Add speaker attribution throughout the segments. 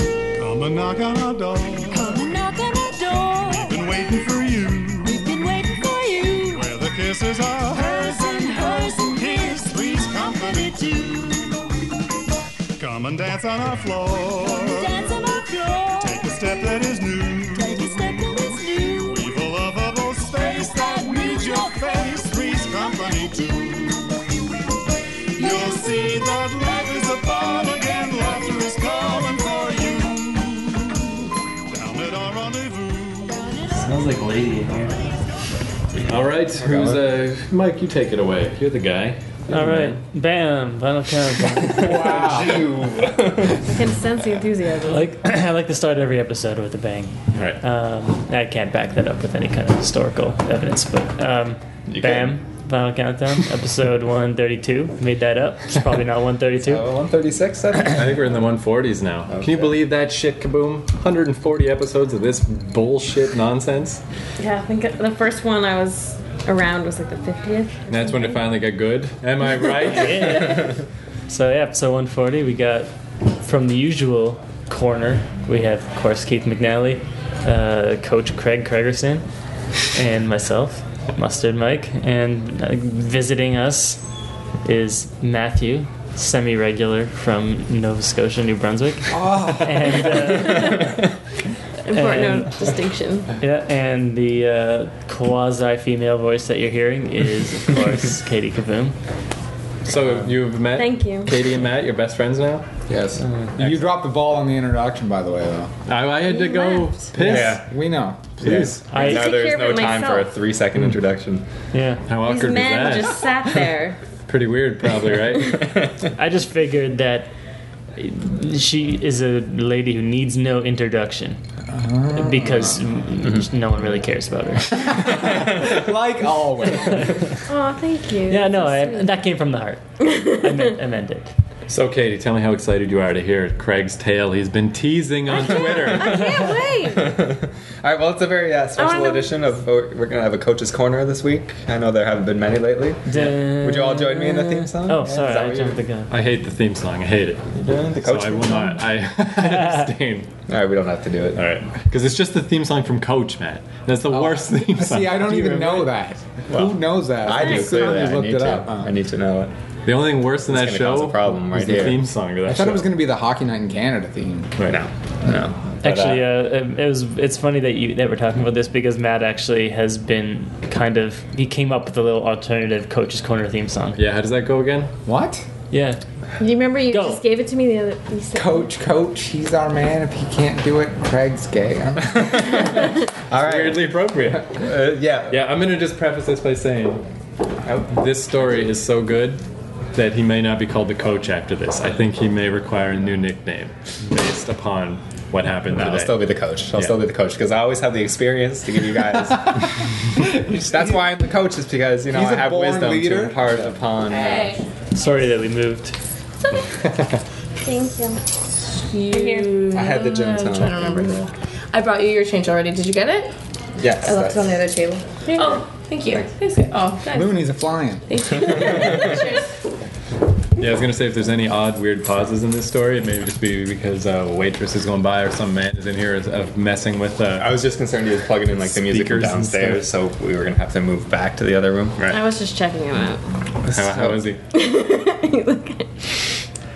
Speaker 1: a knock on our door.
Speaker 2: Come and knock on our door.
Speaker 1: Been waiting for you.
Speaker 2: We've been waiting for you.
Speaker 1: Where the kisses are
Speaker 2: Hers and hers and
Speaker 1: his. Please company too. Come and dance on our floor.
Speaker 2: Dance on our floor.
Speaker 1: Take a step that is new.
Speaker 2: Take a step that is new.
Speaker 1: We've a lovable space that needs your face. Please company too. You'll see that love is upon again. Laughter is calling for you. Down at our rendezvous.
Speaker 3: Smells like lady in here.
Speaker 4: All right, who's uh, Mike? You take it away. You're the guy. You're
Speaker 3: All
Speaker 4: the
Speaker 3: right,
Speaker 4: man.
Speaker 3: bam, final countdown.
Speaker 5: Can sense the enthusiasm.
Speaker 3: like I like to start every episode with a bang.
Speaker 4: All right.
Speaker 6: Uh,
Speaker 3: Um, I can't back that up with any kind of historical evidence, but um,
Speaker 4: You
Speaker 3: bam, final countdown, episode one thirty-two. Made that up. It's probably not one thirty-two.
Speaker 6: 136, I think.
Speaker 4: I think we're in the 140s now. Can you
Speaker 6: Okay.
Speaker 4: believe that shit, Kaboom? 140 episodes of this bullshit nonsense.
Speaker 5: Yeah, I think the first one I was around was like the 50th.
Speaker 4: And that's when it finally got good. Am I right?
Speaker 3: Yeah. so yeah, episode 140. We got from the usual corner. We have, of course, Keith McNally, uh, Coach Craig Craigerson, and myself, Mustard Mike. And uh, visiting us is Matthew, semi-regular from Nova Scotia, New Brunswick. And, uh,
Speaker 5: Important
Speaker 3: And-
Speaker 5: distinction.
Speaker 3: yeah, and the uh, quasi-female voice that you're hearing is, of course, Katie Kaboom.
Speaker 4: so you've met
Speaker 5: Thank you.
Speaker 4: Katie and Matt, your best friends now?
Speaker 6: Yes. you dropped the ball on the introduction, by the way, though.
Speaker 4: I, I had to
Speaker 5: You
Speaker 4: go
Speaker 5: left.
Speaker 4: piss.
Speaker 7: Yeah.
Speaker 6: We know.
Speaker 4: Please.
Speaker 3: I-
Speaker 7: now
Speaker 5: Take
Speaker 7: there's
Speaker 5: care
Speaker 7: no
Speaker 5: of it
Speaker 7: time for a
Speaker 5: myself.
Speaker 7: three second introduction.
Speaker 3: Yeah.
Speaker 4: How
Speaker 5: These
Speaker 4: awkward was
Speaker 5: men
Speaker 4: that?
Speaker 5: just sat there.
Speaker 4: Pretty weird, probably, right?
Speaker 3: I just figured that she is a lady who needs no introduction
Speaker 7: Ah.
Speaker 3: because no one really cares about her.
Speaker 6: like always.
Speaker 5: Oh, thank you.
Speaker 3: Yeah, no, I,
Speaker 5: That's so sweet.
Speaker 3: that came from the heart. I meant, I meant it.
Speaker 4: so, Katie, tell me how excited you are to hear Craig's tale he's been teasing on Twitter.
Speaker 5: I can't wait.
Speaker 7: All right, well, it's a very uh,
Speaker 5: wanna
Speaker 7: special
Speaker 5: know-
Speaker 7: edition of. We're going to have a coach's corner this week. I know there haven't been many lately. Would you all join me in the theme song?
Speaker 3: Oh,
Speaker 7: Yeah,
Speaker 3: sorry,
Speaker 7: is that
Speaker 3: I
Speaker 7: what
Speaker 3: jumped the
Speaker 7: you're
Speaker 3: gun.
Speaker 4: I hate the theme song. I hate it.
Speaker 7: doing? The
Speaker 4: So
Speaker 7: coach.
Speaker 4: I will not. I abstain.
Speaker 7: All right, we don't have to do it.
Speaker 4: All right, because it's just the theme song from Coach Matt. That's
Speaker 7: Oh.
Speaker 4: the worst theme song.
Speaker 6: See, I don't even know that. Who knows that?
Speaker 7: I do
Speaker 6: Just sit down
Speaker 7: clearly.
Speaker 6: and
Speaker 7: I
Speaker 6: looked
Speaker 7: need
Speaker 6: it
Speaker 7: to.
Speaker 6: up.
Speaker 7: I
Speaker 6: Uh,
Speaker 7: need to know it.
Speaker 4: The only thing worse than that
Speaker 7: e- gonna cause
Speaker 4: show
Speaker 7: a problem
Speaker 4: was
Speaker 7: right
Speaker 4: the
Speaker 7: here.
Speaker 4: theme song to that
Speaker 6: I thought
Speaker 4: show.
Speaker 6: it was going to be the Hockey Night in Canada theme.
Speaker 4: Right.
Speaker 7: No, no. But,
Speaker 3: Actually, uh, um, it was. It's funny that you that we're talking about this because Matt actually has been kind of. He came up with a little alternative Coach's Corner theme song.
Speaker 4: Yeah, how does that go again?
Speaker 6: What?
Speaker 3: Yeah,
Speaker 5: You remember you
Speaker 3: Go.
Speaker 5: just gave it to me the other. You said,
Speaker 6: Coach, coach, he's our man. If he can't do it, Craig's gay.
Speaker 7: all right.
Speaker 4: Weirdly appropriate.
Speaker 7: Uh, yeah.
Speaker 4: yeah, I'm gonna just preface this by saying uh, this story is so good that he may not be called the coach after this. I think he may require a new nickname based upon what happened
Speaker 7: I'll
Speaker 4: today.
Speaker 7: still be the coach. I'll
Speaker 4: Yeah.
Speaker 7: still be the coach because I always have the experience to give you guys. That's why I'm the coach. Is because you know
Speaker 6: He's
Speaker 7: I
Speaker 6: a
Speaker 7: have
Speaker 6: born
Speaker 7: wisdom
Speaker 6: leader.
Speaker 7: to impart upon. uh,
Speaker 5: Hey,
Speaker 3: sorry that we moved.
Speaker 5: it's okay. Thank you.
Speaker 8: You.
Speaker 7: I had the
Speaker 5: Uh,
Speaker 7: gym
Speaker 8: I'm
Speaker 7: tone.
Speaker 8: trying to remember now. I brought you your change already. Did you get it?
Speaker 7: Yes.
Speaker 8: I left it on the
Speaker 7: that's-
Speaker 8: other table. Oh, thank you. Thanks. Oh, nice.
Speaker 6: Looney's a flying.
Speaker 4: Yeah, I was gonna say if there's any odd, weird pauses in this story, it may just be because uh, a waitress is going by or some man is in here is, uh, messing with.
Speaker 7: I
Speaker 4: Uh,
Speaker 7: was just concerned he was plugging in like the music from
Speaker 4: Speakers and stuff.
Speaker 7: downstairs, so we were gonna have to move back to the other room.
Speaker 5: I was just checking him out.
Speaker 4: how, how is he?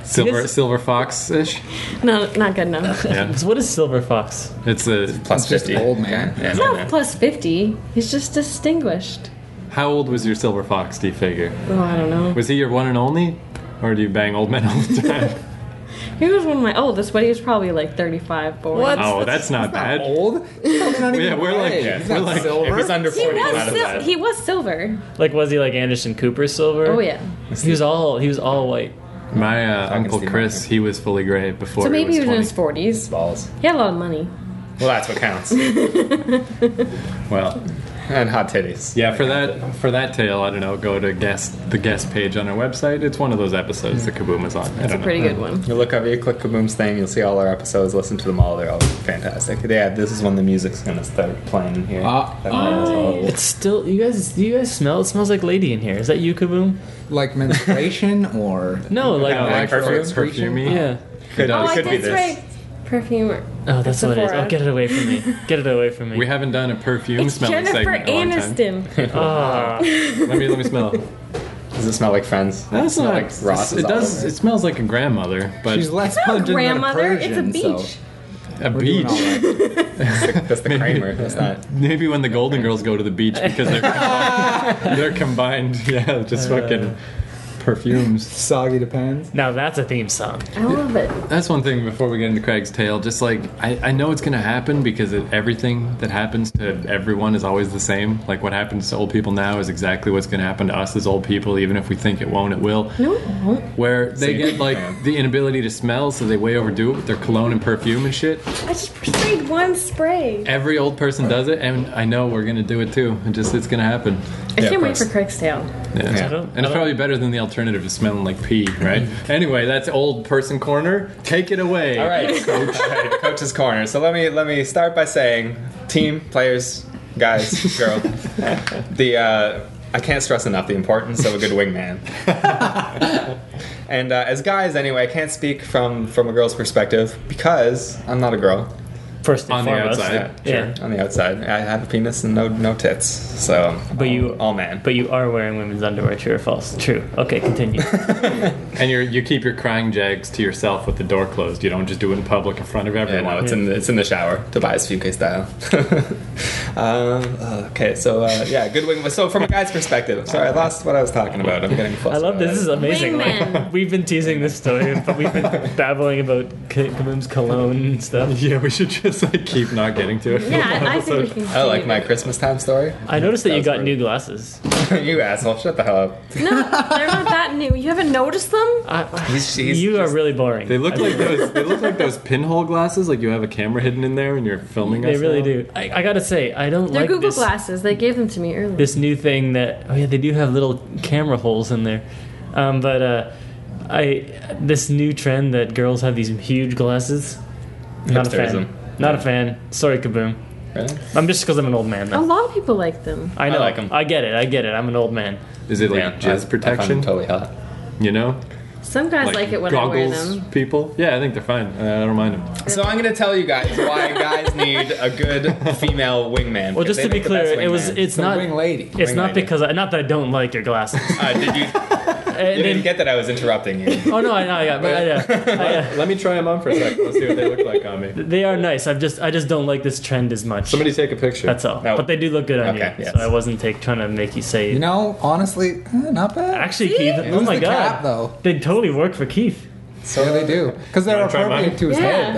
Speaker 4: Silver,
Speaker 3: Yes.
Speaker 4: silver fox ish.
Speaker 5: No, not good enough.
Speaker 4: Yeah,
Speaker 3: So what is Silver Fox?
Speaker 4: it's a.
Speaker 7: Plus
Speaker 6: Just
Speaker 7: fifty.
Speaker 6: an old man.
Speaker 7: Yeah,
Speaker 5: He's
Speaker 7: no,
Speaker 5: not
Speaker 7: no.
Speaker 5: plus fifty. He's just distinguished.
Speaker 4: How old was your silver fox? Do you figure?
Speaker 5: Oh, I don't know.
Speaker 4: Was he your one and only, or do you bang old men all the time?
Speaker 5: He was one of my oldest, but he was probably like thirty-five. Boy.
Speaker 8: What?
Speaker 4: oh, that's not bad.
Speaker 6: Old? He's probably not even
Speaker 4: Yeah, we're like,
Speaker 6: gay.
Speaker 4: yeah,
Speaker 6: He's
Speaker 4: we're
Speaker 6: not
Speaker 4: like,
Speaker 6: silver.
Speaker 4: if it's under
Speaker 5: He
Speaker 4: forty, we're
Speaker 5: was,
Speaker 4: out of
Speaker 5: sil-
Speaker 4: that.
Speaker 5: he was silver.
Speaker 3: Like, was he like Anderson Cooper Silver?
Speaker 5: Oh yeah.
Speaker 3: He was all he was all white.
Speaker 4: My uh,
Speaker 7: can
Speaker 4: uncle
Speaker 7: see mine.
Speaker 4: Chris, he was fully gray before.
Speaker 5: So maybe he was in
Speaker 4: was
Speaker 5: his forties.
Speaker 7: balls.
Speaker 5: He had a lot of money.
Speaker 7: Well, that's what counts.
Speaker 4: 20. Well,
Speaker 7: and hot titties.
Speaker 4: yeah, for that for that tale, I don't know. Go to guest the guest page on our website. It's one of those episodes that Kaboom is on. I
Speaker 5: It's a
Speaker 4: don't know.
Speaker 5: pretty good one.
Speaker 7: You look up, you click Kaboom's thing, you'll see all our episodes. Listen to them all; they're all fantastic. Yeah, this is when the music's gonna start playing in here.
Speaker 6: Uh,
Speaker 7: That one is
Speaker 5: Oh,
Speaker 7: all-
Speaker 3: It's still you guys. Do you guys smell? It smells like lady in here. Is that you, Kaboom?
Speaker 6: Like menstruation or
Speaker 3: No, like
Speaker 7: Yeah,
Speaker 4: Like
Speaker 7: Perfume?
Speaker 4: perfumey.
Speaker 3: yeah.
Speaker 4: He
Speaker 7: Could-
Speaker 4: does.
Speaker 7: could be
Speaker 5: That's
Speaker 7: this.
Speaker 5: right. perfume.
Speaker 3: Oh, that's what it is.
Speaker 5: Sephora.
Speaker 3: Oh, get it away from me. Get it away from me.
Speaker 4: We haven't done a perfume
Speaker 5: It's
Speaker 4: smelling
Speaker 5: Jennifer
Speaker 4: segment. in a long time.
Speaker 5: Aniston.
Speaker 3: Ah.
Speaker 4: Let me let me smell.
Speaker 7: Does it smell like friends?
Speaker 4: That's not
Speaker 7: like Ross
Speaker 4: It
Speaker 7: is all
Speaker 4: does.
Speaker 7: over.
Speaker 4: It smells like a grandmother, but
Speaker 6: She's less
Speaker 5: Not
Speaker 6: pungent
Speaker 5: a
Speaker 6: than
Speaker 5: grandmother. It's a
Speaker 6: Persian,
Speaker 5: beach.
Speaker 6: so
Speaker 4: a
Speaker 6: we're doing
Speaker 4: beach.
Speaker 6: all right.
Speaker 7: That's the Kramer. That's not.
Speaker 4: Maybe when the Golden Girls go to the beach because they're combined, they're combined. Yeah, just
Speaker 7: Uh.
Speaker 4: fucking perfumes.
Speaker 6: Soggy depends.
Speaker 3: Now that's a theme song.
Speaker 5: I love it.
Speaker 4: That's one thing before we get into Craig's tale. Just like I, I know it's gonna happen because it, everything that happens to everyone is always the same. Like what happens to old people now is exactly what's gonna happen to us as old people, even if we think it won't, it will.
Speaker 5: No, it won't.
Speaker 4: Where they
Speaker 7: Same.
Speaker 4: get like the inability to smell, so they way overdo it with their cologne and perfume and shit.
Speaker 5: I just sprayed one spray.
Speaker 4: Every old person does it, and I know we're gonna do it too. It just it's gonna happen.
Speaker 5: I can't wait
Speaker 7: course.
Speaker 5: for Craig's tale.
Speaker 4: Yeah.
Speaker 7: Yeah. I
Speaker 3: don't-
Speaker 4: and
Speaker 3: I
Speaker 4: it's probably better than the alternative to smelling like pee, right? anyway, that's old person corner. Take it away.
Speaker 7: All right, coach. All right, coach's corner. So let me let me start by saying, team, players, guys, girl. the uh, I can't stress enough the importance of a good wingman. and uh, as guys, anyway, I can't speak from from a girl's perspective because I'm not a girl.
Speaker 3: First and
Speaker 4: On the
Speaker 3: foremost.
Speaker 4: outside.
Speaker 7: Yeah, sure.
Speaker 3: Yeah.
Speaker 7: On the outside, I have a penis and no no tits. So,
Speaker 3: But you-
Speaker 7: all man.
Speaker 3: But you are wearing women's underwear, true or false? True. Okay, continue.
Speaker 4: And you you keep your crying jags to yourself with the door closed. You don't just do it in public in front of
Speaker 7: Yeah,
Speaker 4: everyone.
Speaker 7: no, it's in the, it's in the shower. Tobias Fuke style. um, okay, so uh, yeah, good wing. So from a guy's perspective, sorry, I lost what I was talking about. I'm getting flustered.
Speaker 3: I love this. This is amazing.
Speaker 5: Wingman.
Speaker 3: Like, we've been teasing this story, but we've been babbling about K- Kaboom's cologne and stuff.
Speaker 4: Yeah, we should just like keep not getting to it.
Speaker 5: Yeah, I, I think we can.
Speaker 7: Oh, like my
Speaker 5: continue.
Speaker 7: Christmas time story.
Speaker 3: I noticed that you
Speaker 7: That's
Speaker 3: got
Speaker 7: great.
Speaker 3: new glasses.
Speaker 7: you asshole! Shut the hell up.
Speaker 5: No, they're not that new. You haven't noticed them?
Speaker 3: I,
Speaker 7: He's, he's
Speaker 3: you are
Speaker 7: just-
Speaker 3: really boring.
Speaker 4: They look
Speaker 3: I
Speaker 4: like
Speaker 3: mean,
Speaker 4: those. They look like those pinhole glasses. Like you have a camera hidden in there and you're filming.
Speaker 3: They
Speaker 4: us
Speaker 3: really
Speaker 4: now.
Speaker 3: do. I, I gotta say, I don't
Speaker 5: They're
Speaker 3: like
Speaker 5: Google
Speaker 3: this,
Speaker 5: glasses. They gave them to me earlier.
Speaker 3: this new thing that. Oh yeah, they do have little camera holes in there, um, but uh, I this new trend that girls have these huge glasses. Not a
Speaker 7: Hipsterism.
Speaker 3: fan. Not a fan. Sorry, Kaboom.
Speaker 7: Really?
Speaker 3: I'm just because I'm an old man.
Speaker 5: A
Speaker 3: Though.
Speaker 5: lot of people like them.
Speaker 3: I know.
Speaker 7: like 'em.
Speaker 3: I get it. I get it. I'm an old man.
Speaker 4: Is it like
Speaker 7: Yeah, I- I
Speaker 4: jizz
Speaker 7: find
Speaker 4: protection?
Speaker 7: him totally hot.
Speaker 4: You know,
Speaker 5: Some guys like, it when I wear
Speaker 4: goggles.
Speaker 5: them.
Speaker 4: People. Yeah, I think they're fine. I don't mind them.
Speaker 7: So I'm gonna tell you guys why guys need a good female wingman.
Speaker 3: Well, just to be clear, it was. It's
Speaker 6: The
Speaker 3: not.
Speaker 6: wing lady.
Speaker 3: It's
Speaker 7: Wing
Speaker 3: not
Speaker 7: lady.
Speaker 3: because I, not that I don't like your glasses.
Speaker 7: Uh, did you,
Speaker 3: And
Speaker 7: you
Speaker 3: then-
Speaker 7: didn't get that I was interrupting you?
Speaker 3: oh no, I know, I got, but I, uh, I, uh,
Speaker 4: Let me try them on for a second. Let's see what they look like on me.
Speaker 3: they are nice. I've just, I just don't like this trend as much.
Speaker 4: Somebody take a picture.
Speaker 3: That's all.
Speaker 7: No.
Speaker 3: But they do look good on
Speaker 7: Oh. Okay,
Speaker 3: you.
Speaker 7: yes.
Speaker 3: So I wasn't take, trying to make you say.
Speaker 6: You know, honestly, eh, not bad.
Speaker 3: Actually, Keith. Oh
Speaker 6: Lose
Speaker 3: my
Speaker 6: the
Speaker 3: god.
Speaker 6: cap, though.
Speaker 3: They totally work for Keith.
Speaker 6: So yeah, they do. Because they're
Speaker 4: Wanna try
Speaker 6: appropriate
Speaker 4: mine?
Speaker 6: to his
Speaker 5: Yeah.
Speaker 6: head,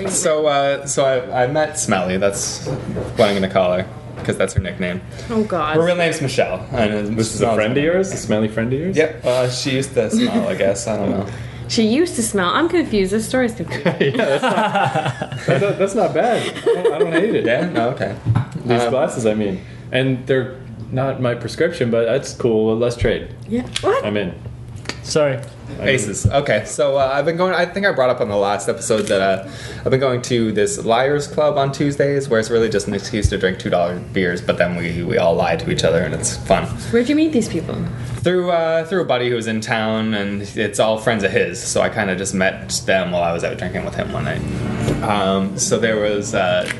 Speaker 6: though.
Speaker 7: So, uh, so I, I met Smelly. That's what I'm gonna call her because that's her nickname.
Speaker 5: Oh God.
Speaker 7: Her real name's Michelle. And this
Speaker 4: Is a friend of yours? A smelly friend of yours?
Speaker 7: Yep. Uh, she used to smell, I guess. I don't know.
Speaker 5: She used to smell. I'm confused. This story's confusing.
Speaker 4: yeah, that's not, that's not, that's not bad. I don't, I don't hate it.
Speaker 7: Yeah. No, okay.
Speaker 4: These
Speaker 7: Um,
Speaker 4: glasses, I mean. And they're not my prescription, but that's cool. Well, let's trade.
Speaker 5: Yeah. What?
Speaker 4: I'm in.
Speaker 3: Sorry.
Speaker 4: I'm
Speaker 7: Aces. Okay. So uh, I've been going. I think I brought up on the last episode that uh, I've been going to this Liars Club on Tuesdays, where it's really just an excuse to drink two dollar beers, but then we we all lie to each other and it's fun.
Speaker 5: Where'd you meet these people?
Speaker 7: through uh, through a buddy who was in town, and it's all friends of his. So I kind of just met them while I was out drinking with him one night. Um, so there was uh,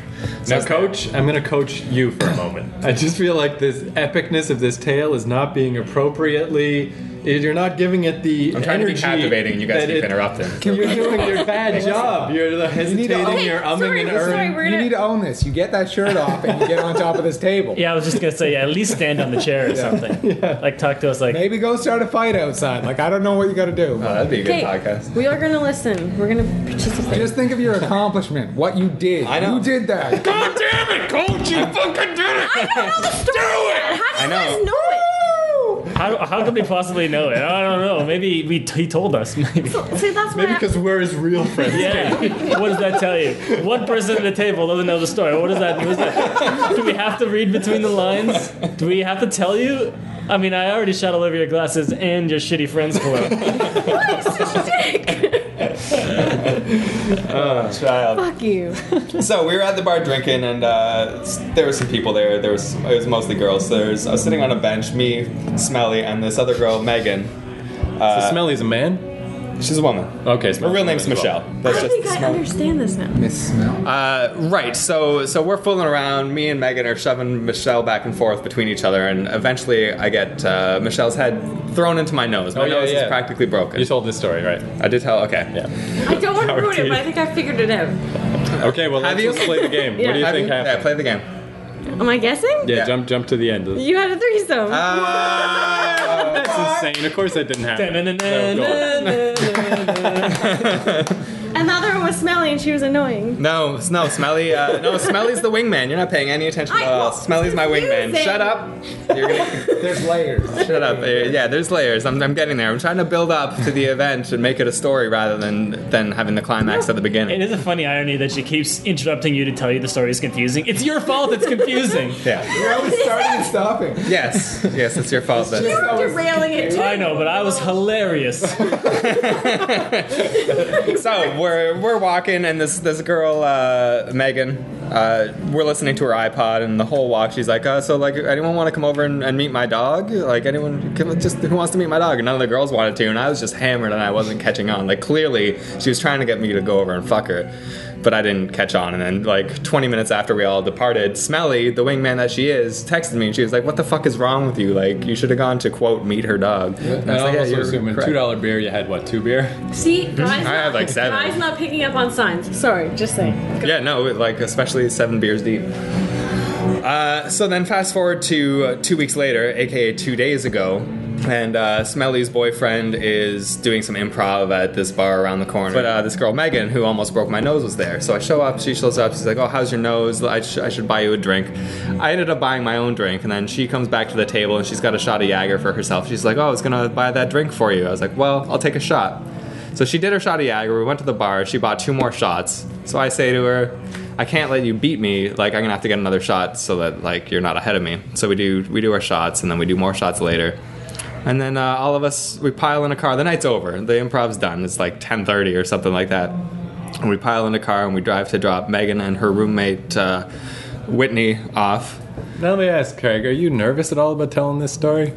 Speaker 4: Now, coach, I'm going to coach you for a moment. I just feel like this epicness of this tale is not being appropriately. You're not giving it the.
Speaker 7: I'm trying to be
Speaker 4: energy
Speaker 7: captivating, and you guys
Speaker 4: that
Speaker 7: keep
Speaker 4: it-
Speaker 7: interrupting.
Speaker 4: You're doing your bad job. You're the
Speaker 6: need to-
Speaker 4: hesitating.
Speaker 6: Okay,
Speaker 4: you're umming
Speaker 5: sorry,
Speaker 4: and
Speaker 5: sorry,
Speaker 4: erring.
Speaker 5: we're
Speaker 6: You
Speaker 5: gonna-
Speaker 6: need to own this. You get that shirt off and you get on top of this table.
Speaker 3: Yeah, I was just gonna say. Yeah, at least stand on the chair or something. Like talk to us. Like
Speaker 6: Maybe go start a fight outside. Like, I don't know what you got to do.
Speaker 4: Uh,
Speaker 7: Oh, that'd be a good
Speaker 5: Okay.
Speaker 7: podcast.
Speaker 5: We are gonna listen. We're gonna participate.
Speaker 6: Just think of your accomplishment, what you did.
Speaker 7: I know.
Speaker 6: You did that.
Speaker 7: God damn it, coach! You fucking did it.
Speaker 5: I know the story. How do
Speaker 7: I
Speaker 5: you
Speaker 7: know.
Speaker 5: guys know it?
Speaker 3: how, how could they possibly know it? I don't know. Maybe we he told us. Maybe.
Speaker 5: See, that's why.
Speaker 4: Maybe
Speaker 5: I-
Speaker 4: because we're his real friends.
Speaker 3: Yeah. what does that tell you? One person at the table doesn't know the story. What does that, what is that? Do we have to read between the lines? Do we have to tell you? I mean, I already shot all over your glasses and your shitty friends cologne.
Speaker 7: Child.
Speaker 5: Fuck you.
Speaker 7: So we were at the bar drinking, and uh, s- there were some people there. There was it was mostly girls. So there's I was sitting on a bench, me, Smelly, and this other girl, Megan.
Speaker 4: So Smelly's a man?
Speaker 7: She's a woman.
Speaker 4: Okay, so
Speaker 7: Uh, Her real name's Michelle. That's
Speaker 5: I
Speaker 7: just
Speaker 5: think I understand this now.
Speaker 6: Miss Smell.
Speaker 7: Uh, right. So so we're fooling around. Me and Megan are shoving Michelle back and forth between each other, and eventually I get uh, Michelle's head thrown into my nose. My
Speaker 4: Oh, yeah,
Speaker 7: nose
Speaker 4: yeah.
Speaker 7: is practically broken.
Speaker 4: You told this story, right?
Speaker 7: I did tell. Okay.
Speaker 4: Yeah.
Speaker 5: I don't want to
Speaker 4: Howard
Speaker 5: ruin it,
Speaker 4: Dean.
Speaker 5: but I think I figured it out.
Speaker 4: Okay, well,
Speaker 7: Have
Speaker 4: let's,
Speaker 7: you?
Speaker 4: let's play the game. What do you
Speaker 7: Have
Speaker 4: think
Speaker 7: you-
Speaker 4: happened?
Speaker 7: Yeah, play the game.
Speaker 5: Am I guessing?
Speaker 4: Yeah,
Speaker 7: Yeah. Uh,
Speaker 4: jump jump to the end. That's
Speaker 5: You had a threesome.
Speaker 7: Ah!
Speaker 4: insane. Of course that didn't happen. No, go on.
Speaker 5: and the other one was smelly and she was annoying.
Speaker 7: no, s- no, Smelly. Uh, no, Smelly's the wingman. You're not paying any attention at
Speaker 5: I-
Speaker 7: all. Smelly's my wingman.
Speaker 5: confusing.
Speaker 7: Shut up. You're gonna,
Speaker 6: There's layers.
Speaker 7: shut up. Uh, Yeah, there's layers. I'm, I'm getting there. I'm trying to build up to the event and make it a story rather than than having the climax at the
Speaker 3: It
Speaker 7: beginning.
Speaker 3: is a funny irony that she keeps interrupting you to tell you the story is confusing. It's your fault it's confusing.
Speaker 7: Yeah.
Speaker 6: You're always starting and stopping.
Speaker 7: Yes. Yes, it's your fault. Then.
Speaker 6: It's always-
Speaker 5: Derailing it too.
Speaker 3: I know, but I was hilarious.
Speaker 7: So we're we're walking, and this this girl uh, Megan, uh, we're listening to her iPod, and the whole walk she's like, uh, "So like, anyone want to come over and, and meet my dog? Like, anyone can, just who wants to meet my dog?" And none of the girls wanted to, and I was just hammered, and I wasn't catching on. Like, clearly she was trying to get me to go over and fuck her, but I didn't catch on. And then like 20 minutes after we all departed, Smelly, the wingman that she is, texted me, and she was like, "What the fuck is wrong with you? Like, you should have gone to quote meet her dog." And I
Speaker 4: And
Speaker 7: was
Speaker 4: I
Speaker 7: like, "Yeah,
Speaker 4: also
Speaker 7: you're
Speaker 4: assume in
Speaker 7: correct."
Speaker 4: two dollar beer you had what two beer?
Speaker 5: See, guys,
Speaker 7: I had
Speaker 5: not-
Speaker 7: like seven.
Speaker 5: guys not picking up on signs. Sorry, just saying.
Speaker 7: Yeah, no, like especially seven beers deep. Uh, so then, fast forward to uh, two weeks later, aka two days ago, and uh, Smelly's boyfriend is doing some improv at this bar around the corner. But uh, this girl Megan, who almost broke my nose, was there. So I show up, she shows up, she's like, "Oh, how's your nose? I, sh- I should buy you a drink." I ended up buying my own drink, and then she comes back to the table and she's got a shot of Jager for herself. She's like, "Oh, I was gonna buy that drink for you." I was like, "Well, I'll take a shot." So she did her shot of Jagger. We went to the bar. She bought two more shots. So I say to her, "I can't let you beat me. Like I'm gonna have to get another shot so that like you're not ahead of me." So we do we do our shots and then we do more shots later. And then uh, all of us we pile in a car. The night's over. The improv's done. It's like 10:30 or something like that. And we pile in a car and we drive to drop Megan and her roommate uh, Whitney off.
Speaker 4: Now let me ask, Craig, are you nervous at all about telling this story?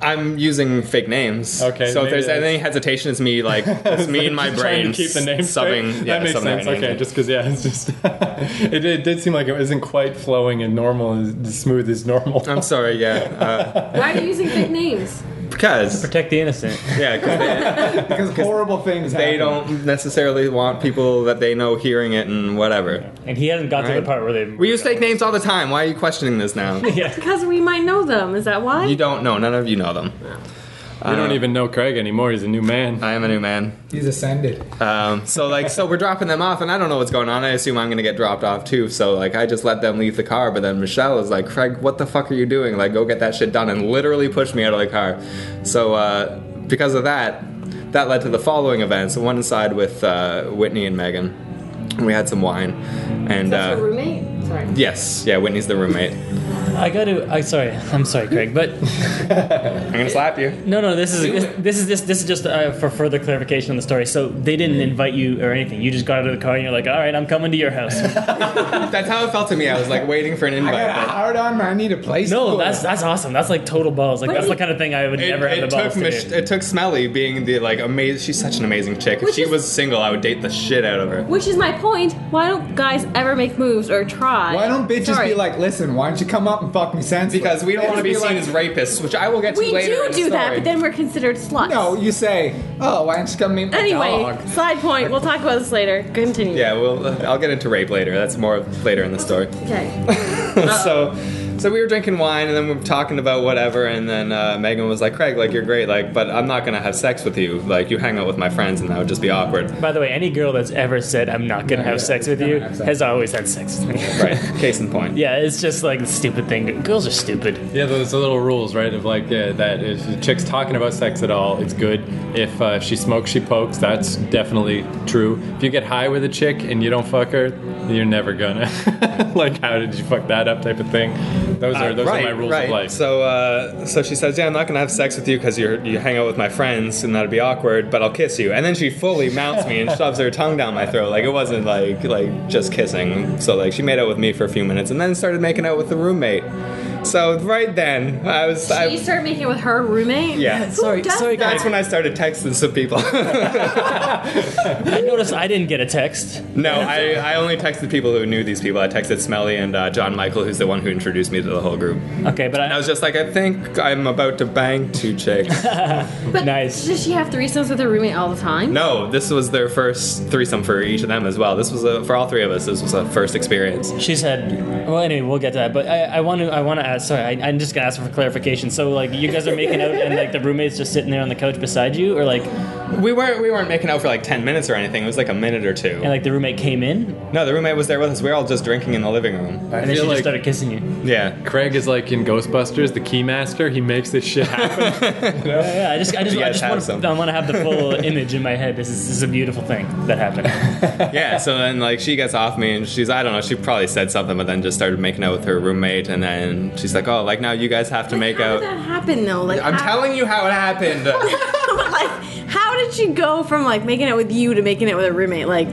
Speaker 7: I'm using fake names.
Speaker 4: Okay,
Speaker 7: So if
Speaker 4: maybe
Speaker 7: there's
Speaker 4: that's-
Speaker 7: any hesitation, it's me like it's me and my brain
Speaker 4: Trying to keep the name
Speaker 7: subbing.
Speaker 4: straight.
Speaker 7: Yeah,
Speaker 4: that makes
Speaker 7: subbing our
Speaker 4: sense.
Speaker 7: names
Speaker 4: Okay, just because yeah, it's just it, it did seem like it wasn't quite flowing and normal and as smooth as normal.
Speaker 7: I'm sorry, yeah. Uh,
Speaker 5: Why are you using fake names?
Speaker 7: because,
Speaker 3: Protect the innocent.
Speaker 7: yeah, 'cause they,
Speaker 6: Because horrible things happen.
Speaker 7: they don't necessarily want people that they know hearing it and whatever.
Speaker 3: And he hasn't got to
Speaker 7: Right.
Speaker 3: the part where they.
Speaker 7: We use fake names all the time. Why are you questioning this now?
Speaker 5: Because we might know them. Is that why?
Speaker 7: You don't know. None of you know them.
Speaker 4: you
Speaker 7: Uh,
Speaker 4: don't even know Craig anymore. He's a new man.
Speaker 7: I am a new man.
Speaker 6: He's ascended.
Speaker 7: Um, so like, so we're dropping them off, and I don't know what's going on. I assume I'm gonna get dropped off too. So like, I just let them leave the car, but then Michelle is like, "Craig, what the fuck are you doing? Like, go get that shit done," and literally pushed me out of the car. So uh, because of that, that led to the following events. One side with uh, Whitney and Megan. We had some wine, and
Speaker 5: That's your
Speaker 7: uh,
Speaker 5: roommate? Sorry.
Speaker 7: yes, yeah, Whitney's the roommate.
Speaker 3: I got to. I sorry. I'm sorry, Craig, but
Speaker 7: I'm gonna slap you.
Speaker 3: no, no. This is this, this is this this is just uh, for further clarification on the story. So they didn't invite you or anything. You just got out of the car and you're like, all right, I'm coming to your house.
Speaker 7: That's how it felt to me. I was like waiting for an
Speaker 6: I
Speaker 7: invite.
Speaker 6: got a
Speaker 7: but-
Speaker 6: hard on, but I need a place.
Speaker 3: No,
Speaker 6: to go.
Speaker 3: that's that's awesome. That's like total balls. Like
Speaker 5: But
Speaker 3: that's
Speaker 5: he-
Speaker 3: the kind of thing I would
Speaker 7: It,
Speaker 3: never have the
Speaker 7: it took
Speaker 3: balls to
Speaker 7: Mich-
Speaker 3: do.
Speaker 7: it took Smelly being the like amazing. She's such an amazing chick. If
Speaker 5: Which
Speaker 7: she
Speaker 5: is-
Speaker 7: was single, I would date the shit out of her.
Speaker 5: Which is my point. Why don't guys ever make moves or try?
Speaker 6: Why don't bitches
Speaker 5: Sorry.
Speaker 6: be like, listen, why don't you come up and fuck me sense?
Speaker 7: Because we don't want to be seen as rapists, which I will get to
Speaker 5: We
Speaker 7: later.
Speaker 5: do
Speaker 7: in the
Speaker 5: do that,
Speaker 7: story.
Speaker 5: but then we're considered sluts.
Speaker 6: No, you say, oh, why don't you come meet my
Speaker 5: Anyway,
Speaker 6: dog?
Speaker 5: side point. We'll talk about this later. Continue.
Speaker 7: yeah, well, I'll get into rape later. That's more later in the story.
Speaker 5: Okay.
Speaker 7: so so we were drinking wine and then we were talking about whatever and then uh, megan was like craig like you're great like but i'm not gonna have sex with you like you hang out with my friends and that would just be awkward
Speaker 3: By the way, any girl that's ever said I'm not gonna have
Speaker 6: yeah,
Speaker 3: sex with
Speaker 6: gonna
Speaker 3: you
Speaker 6: have sex.
Speaker 3: has always had sex with me.
Speaker 7: right case in point
Speaker 3: yeah, it's just like the stupid thing. Girls are stupid.
Speaker 4: Yeah, those little rules, right? Of like yeah, that if the chick's talking about sex at all, it's good. If uh, she smokes, she pokes. That's definitely true. If you get high with a chick and you don't fuck her, you're never gonna. like, how did you fuck that up? Type of thing. Those are those
Speaker 7: Uh, right,
Speaker 4: are my rules
Speaker 7: right.
Speaker 4: of life.
Speaker 7: So, uh, so she says, "Yeah, I'm not gonna have sex with you because you you hang out with my friends, and that'd be awkward. But I'll kiss you." And then she fully mounts me and shoves her tongue down my throat. Like it wasn't like like just kissing. So like she made out with me for a few minutes, and then started making out with the roommate. So right then, I was.
Speaker 5: She
Speaker 7: I,
Speaker 5: started making it with her roommate.
Speaker 7: yeah.
Speaker 3: Sorry,
Speaker 5: does
Speaker 3: sorry,
Speaker 7: That's
Speaker 3: guys.
Speaker 7: when I started texting some people.
Speaker 3: I noticed I didn't get a text.
Speaker 7: no, I, I only texted people who knew these people. I texted Smelly and uh, John Michael, who's the one who introduced me to the whole group.
Speaker 3: Okay, but
Speaker 7: And I
Speaker 3: I,
Speaker 7: was just like, I think I'm about to bang two chicks.
Speaker 5: But
Speaker 3: Nice.
Speaker 5: Does she have threesomes with her roommate all the time?
Speaker 7: no, Oh, this was their first threesome for each of them as well. This was a, for all three of us. This was a first experience.
Speaker 3: she's had. Well, anyway, we'll get to that. But I want to. I want to ask. Sorry, I, I'm just gonna ask for clarification. So, like, you guys are making out, and like the roommate's just sitting there on the couch beside you, or like, and
Speaker 7: We weren't we weren't making out for like ten minutes or anything. It was like a minute or two.
Speaker 3: like the roommate came in,
Speaker 7: No, the roommate was there with us. We were all just drinking in the living room.
Speaker 4: I
Speaker 3: and then she
Speaker 4: feel
Speaker 3: just
Speaker 4: like
Speaker 3: started kissing you.
Speaker 7: Yeah.
Speaker 4: Craig is like in Ghostbusters, the Keymaster. He makes this shit happen.
Speaker 3: Yeah, I just, I just,
Speaker 7: You
Speaker 3: I
Speaker 7: guys
Speaker 3: just
Speaker 7: have
Speaker 3: want
Speaker 7: some.
Speaker 3: to, I want to have the full image in my head. This is, this is a beautiful thing that happened.
Speaker 7: Yeah, so then like she gets off me and she's I don't know, she probably said something but then just started making out with her roommate and then she's like, Oh, like now you guys have to
Speaker 5: Like,
Speaker 7: make
Speaker 5: how
Speaker 7: out
Speaker 5: did that happen though? Like
Speaker 7: I'm
Speaker 5: how-
Speaker 7: telling you how it happened.
Speaker 5: like how did she go from like making it with you to making it with a roommate? Like I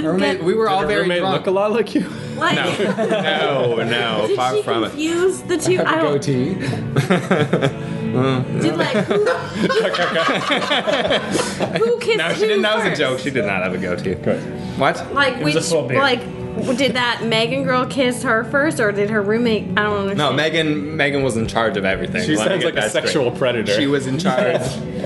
Speaker 5: don't
Speaker 7: roommate
Speaker 5: get-
Speaker 7: we were all
Speaker 4: Your
Speaker 7: very
Speaker 4: roommate
Speaker 7: drunk.
Speaker 4: look a lot like you.
Speaker 5: like,
Speaker 7: No, no,
Speaker 5: Did
Speaker 7: far
Speaker 5: she
Speaker 7: from it.
Speaker 5: confuse the two? I don't.
Speaker 6: goatee.
Speaker 5: Did like who, who kissed
Speaker 7: No,
Speaker 5: who
Speaker 7: she didn't that was a
Speaker 5: first?
Speaker 7: joke. She did not have a goatee. What?
Speaker 5: Like
Speaker 3: was
Speaker 5: which
Speaker 3: a full beard.
Speaker 5: like did that Megan girl kiss her first or did her roommate? I don't understand.
Speaker 7: No, Megan Megan was in charge of everything.
Speaker 4: She
Speaker 7: Let me
Speaker 4: sounds
Speaker 7: get
Speaker 4: like a
Speaker 7: that straight.
Speaker 4: sexual predator.
Speaker 7: She was in charge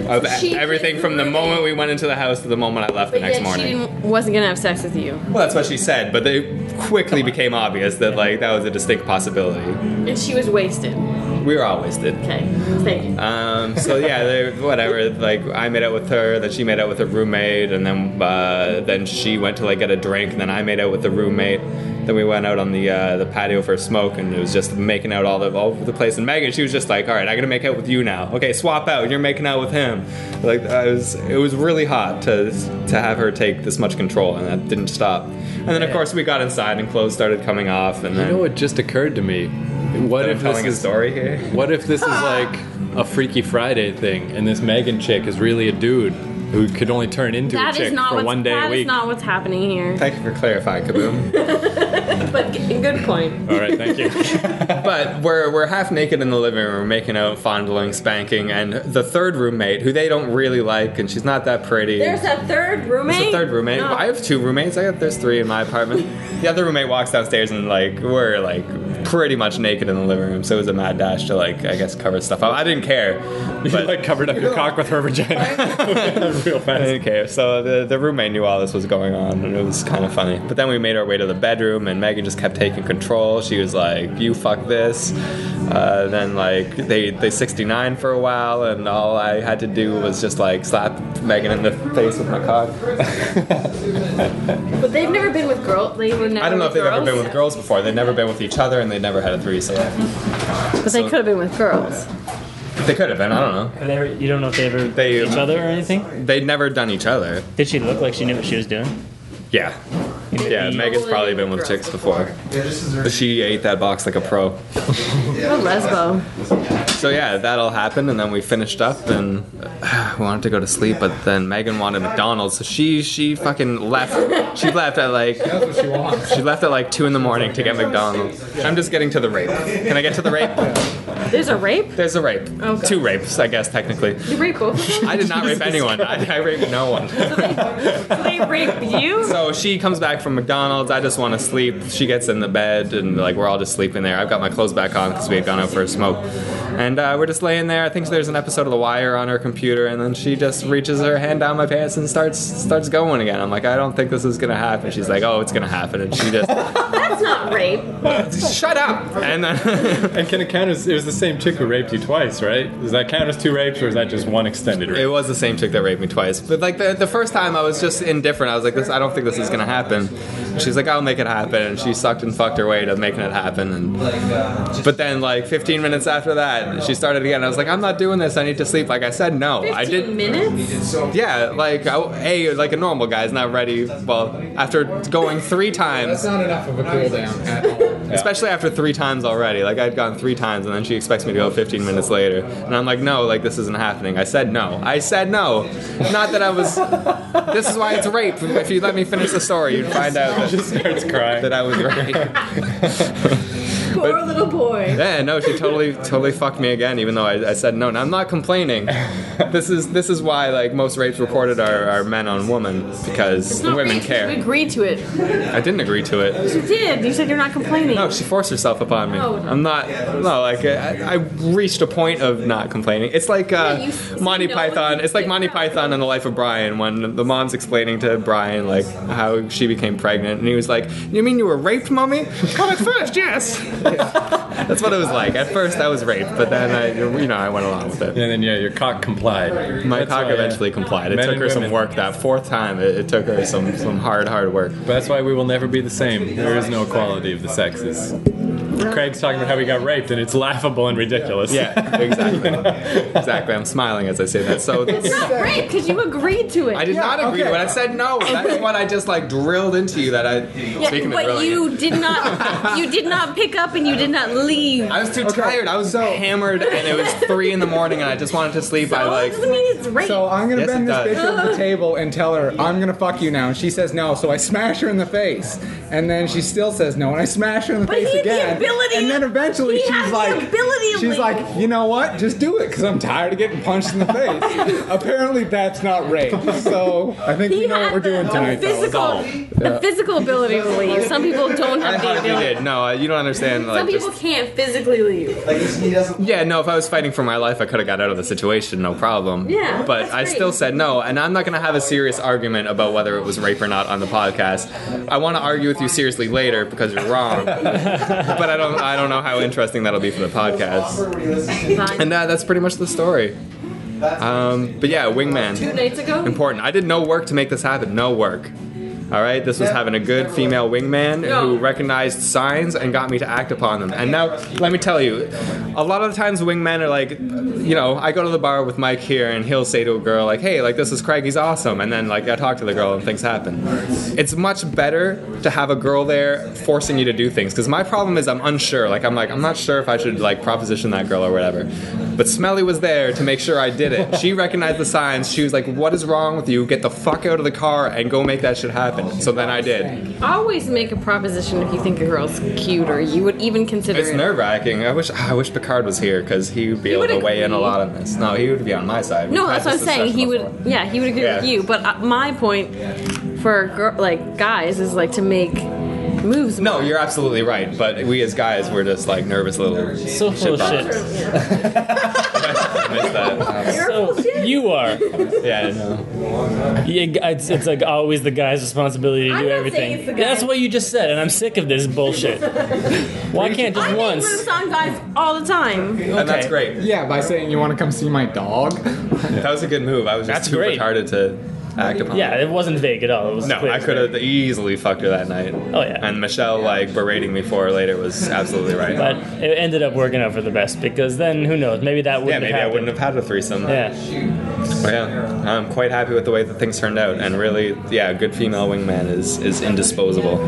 Speaker 7: of
Speaker 5: She
Speaker 7: everything
Speaker 5: did
Speaker 7: from the
Speaker 5: ruin
Speaker 7: moment
Speaker 5: it.
Speaker 7: we went into the house to the moment I left
Speaker 5: But
Speaker 7: the next
Speaker 5: yet
Speaker 7: morning.
Speaker 5: she didn't, wasn't gonna have sex with you.
Speaker 7: Well, that's what she said, but it quickly became obvious that like that was a distinct possibility.
Speaker 5: And she was wasted.
Speaker 7: We were all wasted.
Speaker 5: Okay, thank you.
Speaker 7: Um, so yeah, they- whatever. Like I made out with her, then she made out with her roommate, and then uh, then she went to like get a drink, and then I made out with the roommate. Then we went out on the uh, the patio for a smoke, and it was just making out all the all over the place. And Megan, she was just like, "All right, I'm gonna make out with you now. Okay, swap out. You're making out with him." Like I was, it was really hot to to have her take this much control, and that didn't stop. And then of course we got inside, and clothes started coming off, and
Speaker 4: You
Speaker 7: then
Speaker 4: know what just occurred to me? What
Speaker 7: that I'm
Speaker 4: if this
Speaker 7: telling a
Speaker 4: is
Speaker 7: story here.
Speaker 4: what if this is like a Freaky Friday thing, and this Megan chick is really a dude who could only turn into
Speaker 5: That
Speaker 4: a chick
Speaker 5: is not
Speaker 4: for
Speaker 5: what's
Speaker 4: one day
Speaker 5: that
Speaker 4: a
Speaker 5: is
Speaker 4: week?
Speaker 5: not what's happening here.
Speaker 7: Thank you for clarifying, Kaboom.
Speaker 5: But g- good point.
Speaker 4: All right, thank you.
Speaker 7: But we're, we're half naked in the living room, making out, fondling, spanking, and the third roommate, who they don't really like, and she's not that pretty.
Speaker 5: There's a third roommate.
Speaker 7: There's a third roommate.
Speaker 5: No.
Speaker 7: I have two roommates. I got there's three in my apartment. the other roommate walks downstairs and like we're like pretty much naked in the living room. So it was a mad dash to like I guess cover stuff up. I didn't care,
Speaker 4: You
Speaker 7: but
Speaker 4: like covered up your cock with her vagina real
Speaker 7: I
Speaker 4: fast.
Speaker 7: didn't care. So the the roommate knew all this was going on, and it was kind of funny. But then we made our way to the bedroom, and Megan just kept taking control. She was like, "You fuck this." Uh, then like they they 69 for a while, and all I had to do was just like slap Megan in the face with my cock.
Speaker 5: But they've never been with girls. They were never.
Speaker 7: I don't know if
Speaker 5: with
Speaker 7: they've
Speaker 5: girls.
Speaker 7: ever been with girls before. They've never been with each other, and they've never had a threesome.
Speaker 5: But they could have been with girls.
Speaker 7: They could have been. I don't know.
Speaker 3: Have they ever- you don't know if they ever
Speaker 7: They-
Speaker 3: they, each other or anything.
Speaker 7: They'd never done each other.
Speaker 3: Did she look like she knew what she was doing?
Speaker 7: Yeah. Yeah, Megan's probably been with chicks before. She ate that box like a pro.
Speaker 5: What a lesbo.
Speaker 7: So yeah, that all happened, and then we finished up, and we wanted to go to sleep, but then Megan wanted McDonald's, so she she fucking left. She left at like
Speaker 6: That's what she wants.
Speaker 7: she left at like two in the morning to get McDonald's. I'm just getting to the rape. Can I get to the rape?
Speaker 5: There's a rape.
Speaker 7: There's a rape.
Speaker 5: Okay.
Speaker 7: Two rapes, I guess technically.
Speaker 5: You rape both of them.
Speaker 7: I did not rape anyone. I, I raped no one.
Speaker 5: So they raped you.
Speaker 7: So she comes back from McDonald's. I just want to sleep. She gets in the bed and like we're all just sleeping there. I've got my clothes back on because we had gone out for a smoke, and uh, we're just laying there. I think there's an episode of The Wire on her computer, and then she just reaches her hand down my pants and starts starts going again. I'm like, I don't think this is gonna happen. She's like, Oh, it's gonna happen, and she just
Speaker 5: That's not rape.
Speaker 7: shut up. And then
Speaker 4: And can it count as it was the same chick who raped you twice, right? Does that count as two rapes, or is that just one extended rape?
Speaker 7: it was the same chick that raped me twice. But like the, the first time, I was just indifferent. I was like, This, I don't think this is gonna happen. She's like, I'll make it happen, and she sucked and fucked her way to making it happen, and. But then, like 15 minutes after that, she started again. I was like, I'm not doing this. I need to sleep. Like I said, no, I
Speaker 5: 15
Speaker 7: did.
Speaker 5: minutes.
Speaker 7: Yeah, like I, a like a normal guy's not ready. Well, after going three times,
Speaker 6: That's not enough of a cool down at all.
Speaker 7: especially after three times already. Like I'd gone three times, and then she expects me to go 15 minutes later, and I'm like, no, like this isn't happening. I said no. I said no. Not that I was. This is why it's rape. If you let me finish the story, you'd find out that,
Speaker 4: Starts crying.
Speaker 7: that I was raped.
Speaker 5: Poor
Speaker 7: But-
Speaker 5: little boy.
Speaker 7: Yeah, no, she totally, totally fucked me again, even though I, I said no. And I'm not complaining. This is this is why like most rapes reported are, are men on women because
Speaker 5: It's not
Speaker 7: women
Speaker 5: racist, You
Speaker 7: care.
Speaker 5: agreed to it.
Speaker 7: I didn't agree to it.
Speaker 5: You did. You said you're not complaining.
Speaker 7: No, Oh, she forced herself upon me.
Speaker 5: No.
Speaker 7: I'm not. No, like I, I reached a point of not complaining. It's like
Speaker 8: Yeah,
Speaker 7: uh,
Speaker 8: you s-
Speaker 7: Monty
Speaker 8: no,
Speaker 7: Python.
Speaker 8: you
Speaker 7: It's like Monty
Speaker 8: said no.
Speaker 7: Python and the Life of Brian when the mom's explaining to Brian like how she became pregnant, and he was like, "You mean you were raped, mommy? Well, at first, yes." That's what it was like. At first, I was raped, but then I, you know, I went along with it.
Speaker 4: And then yeah, your cock complied.
Speaker 7: My
Speaker 4: That's
Speaker 7: cock
Speaker 4: why, yeah.
Speaker 7: eventually complied. It
Speaker 4: Men
Speaker 7: took
Speaker 4: and
Speaker 7: her some
Speaker 4: women.
Speaker 7: work. That fourth time, it, it took her some, some hard, hard work.
Speaker 4: But that's why we will never be the same. There is no equality of the sexes. Craig's talking about how he got raped, and it's laughable and ridiculous.
Speaker 7: Yeah, exactly. exactly. I'm smiling as I say that. So
Speaker 5: It's not rape because you agreed to it.
Speaker 7: I did not agree to it. I said no. That's what I just like drilled into you that I.
Speaker 5: Yeah,
Speaker 7: speaking of
Speaker 5: but
Speaker 7: drilling
Speaker 5: you
Speaker 7: it,
Speaker 5: did not. You did not pick up and you did not leave.
Speaker 7: I was too tired. I was hammered, and it was three in the morning, and I just wanted to sleep. I
Speaker 5: Oh,
Speaker 7: like.
Speaker 5: it doesn't mean it's rape.
Speaker 6: So I'm gonna
Speaker 7: Yes,
Speaker 6: bend
Speaker 7: it
Speaker 6: this
Speaker 7: does.
Speaker 6: bitch over the table and tell her I'm gonna fuck you now, and she says no. So I smash her in the face, and then she still says no, and I smash her in the
Speaker 5: But
Speaker 6: face
Speaker 5: he had the
Speaker 6: again.
Speaker 5: ability-
Speaker 6: and then eventually
Speaker 5: he
Speaker 6: she's
Speaker 5: had the
Speaker 6: like,
Speaker 5: ability to
Speaker 6: she's
Speaker 5: leave.
Speaker 6: like, you know what? Just do it, cause I'm tired of getting punched in the face. Apparently that's not rape. So I think
Speaker 5: he
Speaker 6: we know
Speaker 5: had
Speaker 6: what we're
Speaker 5: the,
Speaker 6: doing
Speaker 5: the
Speaker 6: tonight. though.
Speaker 5: physical, the physical ability to leave. Some people don't
Speaker 7: I
Speaker 5: have the
Speaker 7: hardly
Speaker 5: ability.
Speaker 7: did. No, uh, you don't understand. Like,
Speaker 5: Some people
Speaker 7: just-
Speaker 5: can't physically leave.
Speaker 7: yeah, no. If I was fighting for my life, I could have got out of the situation, no problem.
Speaker 5: Yeah,
Speaker 7: But
Speaker 5: that's
Speaker 7: I
Speaker 5: great.
Speaker 7: still said no, and I'm not going to have a serious argument about whether it was rape or not on the podcast. I want to argue with you seriously later because you're wrong. but I don't. I don't know how interesting that'll be for the podcast.
Speaker 5: Fine.
Speaker 7: And uh, that's pretty much the story. Um, but yeah,
Speaker 5: Two
Speaker 7: wingman,
Speaker 5: nights ago,
Speaker 7: important. I did no work to make this happen. No work. All right, this was having a good female wingman who recognized signs and got me to act upon them. And now, let me tell you, a lot of the times wingmen are like, you know, I go to the bar with Mike here, and he'll say to a girl like, "Hey, like this is Craig, he's awesome," and then like I talk to the girl and things happen. It's much better to have a girl there forcing you to do things because my problem is I'm unsure. Like I'm like I'm not sure if I should like proposition that girl or whatever. But Smelly was there to make sure I did it. She recognized the signs. She was like, "What is wrong with you? Get the fuck out of the car and go make that shit happen." So then I did.
Speaker 5: always make a proposition if you think a girl's cute or you would even consider
Speaker 7: It's
Speaker 5: it.
Speaker 7: nerve wracking. I wish I wish Picard was here because he would be able
Speaker 5: would
Speaker 7: to weigh in a
Speaker 5: agree.
Speaker 7: lot on this. No, he would be on my side.
Speaker 5: No,
Speaker 7: We've had
Speaker 5: that's what I'm
Speaker 7: this
Speaker 5: saying.
Speaker 7: discussion
Speaker 5: He
Speaker 7: before.
Speaker 5: would, yeah, he would agree with
Speaker 7: Yeah.
Speaker 5: you. But uh, my point for girl, like guys is like to make moves.
Speaker 7: No, you're absolutely right. But we as guys, we're just like nervous little.
Speaker 3: So full of
Speaker 7: Shitbox.
Speaker 3: shit.
Speaker 7: Missed that.
Speaker 3: So Oh,
Speaker 5: Oh,
Speaker 3: you are.
Speaker 7: Yeah, I know.
Speaker 3: Yeah, it's, it's like always the guy's responsibility to
Speaker 5: I'm
Speaker 3: do
Speaker 5: not saying
Speaker 3: everything.
Speaker 5: it's the guy.
Speaker 3: That's what you just said, and I'm sick of this bullshit. Why can't just
Speaker 5: I
Speaker 3: once?
Speaker 5: make moves on guys all the time.
Speaker 7: And that's
Speaker 3: Okay.
Speaker 7: great.
Speaker 6: yeah, by saying you want to come see my dog.
Speaker 7: That was a good move. I was just
Speaker 3: That's
Speaker 7: too
Speaker 3: great.
Speaker 7: retarded to act upon.
Speaker 3: Yeah,
Speaker 7: it.
Speaker 3: it wasn't vague at all. It was
Speaker 7: No,
Speaker 3: clear
Speaker 7: I
Speaker 3: as
Speaker 7: could
Speaker 3: day.
Speaker 7: have easily fucked her that night.
Speaker 3: Oh, yeah.
Speaker 7: And Michelle like berating me for it later was absolutely right.
Speaker 3: But it ended up working out for the best because then who knows? Maybe that
Speaker 7: yeah,
Speaker 3: wouldn't
Speaker 7: maybe I
Speaker 3: have
Speaker 7: wouldn't
Speaker 3: happened.
Speaker 7: have had a threesome.
Speaker 3: Yeah,
Speaker 7: But yeah, I'm quite happy with the way that things turned out, and really, yeah, a good female wingman is is indisposable.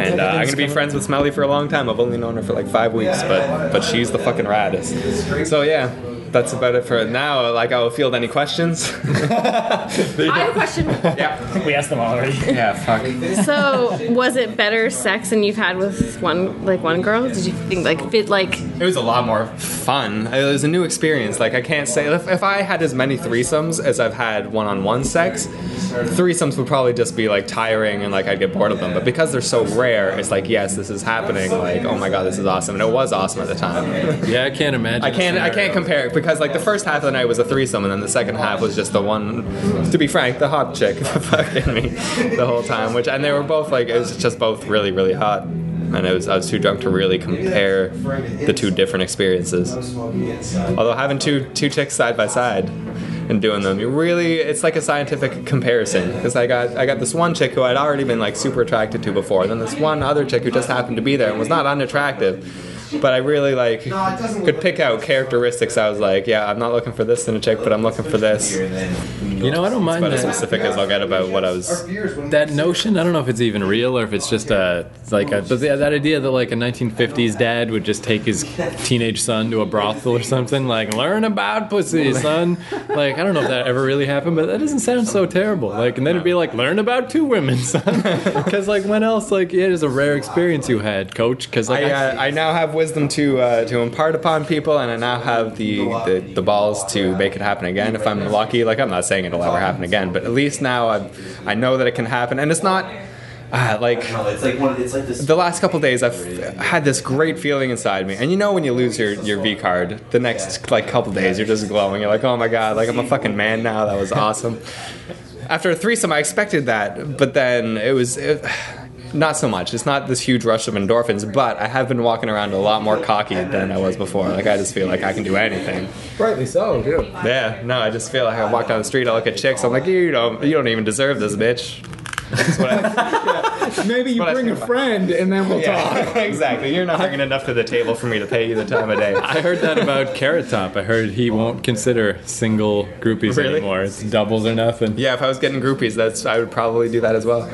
Speaker 7: And uh, I'm gonna be friends with Smelly for a long time. I've only known her for like five weeks, but but she's the fucking raddest. So yeah, that's about it for now. Like, I will field any questions.
Speaker 5: I have a question.
Speaker 7: yeah.
Speaker 3: we asked them already.
Speaker 7: Yeah. Fuck.
Speaker 5: So, was it better sex than you've had with one like one girl? Did you think like fit like
Speaker 7: It was a lot more fun. It was a new experience. Like I can't say if, if I had as many threesomes as I've had one-on-one sex, threesomes would probably just be like tiring and like I'd get bored of them. But because they're so rare, it's like yes, this is happening. Like oh my god, this is awesome, and it was awesome at the time.
Speaker 4: Yeah, I can't imagine.
Speaker 7: I can't I
Speaker 4: a
Speaker 7: can't
Speaker 4: scenario.
Speaker 7: compare it because like the first half of the night was a threesome, and then the second half was just the one. To be frank, the hot chick fucking me the whole time, which and they were both like it was just both really really hot. And it was, I was too drunk to really compare the two different experiences. Although having two two chicks side by side and doing them, you really it's like a scientific comparison because I got I got this one chick who I'd already been like super attracted to before, then this one other chick who just happened to be there and was not unattractive. But I really like could pick out characteristics. I was like, yeah, I'm not looking for this in a chick, but I'm looking for this.
Speaker 4: You know, I don't mind
Speaker 7: About as
Speaker 4: that.
Speaker 7: specific as I'll get about what I was.
Speaker 4: that notion i don't know if it's even real or if it's just a like a, but the, that idea that like a 1950s dad would just take his teenage son to a brothel or something like learn about pussy son like i don't know if that ever really happened but that doesn't sound so terrible like and then it'd be like learn about two women son because like when else like it is a rare experience you had coach because like
Speaker 7: I,
Speaker 4: I-
Speaker 7: uh, I now have wisdom to uh, to impart upon people, and I now have the, the the balls to make it happen again if I'm lucky. Like I'm not saying it'll ever happen again, but at least now I I know that it can happen, and it's not. Uh, like
Speaker 9: It's like one. It's like this.
Speaker 7: the last couple days, I've had this great feeling inside me, and you know when you lose your, your V card, the next like couple days you're just glowing. You're like, oh my god, like I'm a fucking man now. That was awesome. After a threesome, I expected that, but then it was it, not so much. It's not this huge rush of endorphins, but I have been walking around a lot more cocky than I was before. Like I just feel like I can do anything.
Speaker 6: Rightly so, dude.
Speaker 7: Yeah, no, I just feel like I walk down the street, I look at chicks, I'm like, you don't, you don't even deserve this, bitch. That's what I-
Speaker 6: Maybe you
Speaker 7: But I
Speaker 6: bring a
Speaker 7: think-
Speaker 6: friend and then we'll talk.
Speaker 7: yeah, exactly. You're not bringing enough to the table for me to pay you the time of day.
Speaker 4: I heard that about Carrot Top. I heard he won't consider single groupies
Speaker 7: Really?
Speaker 4: anymore. It's doubles or nothing.
Speaker 7: Yeah, if I was getting groupies, that's I would probably do that as well.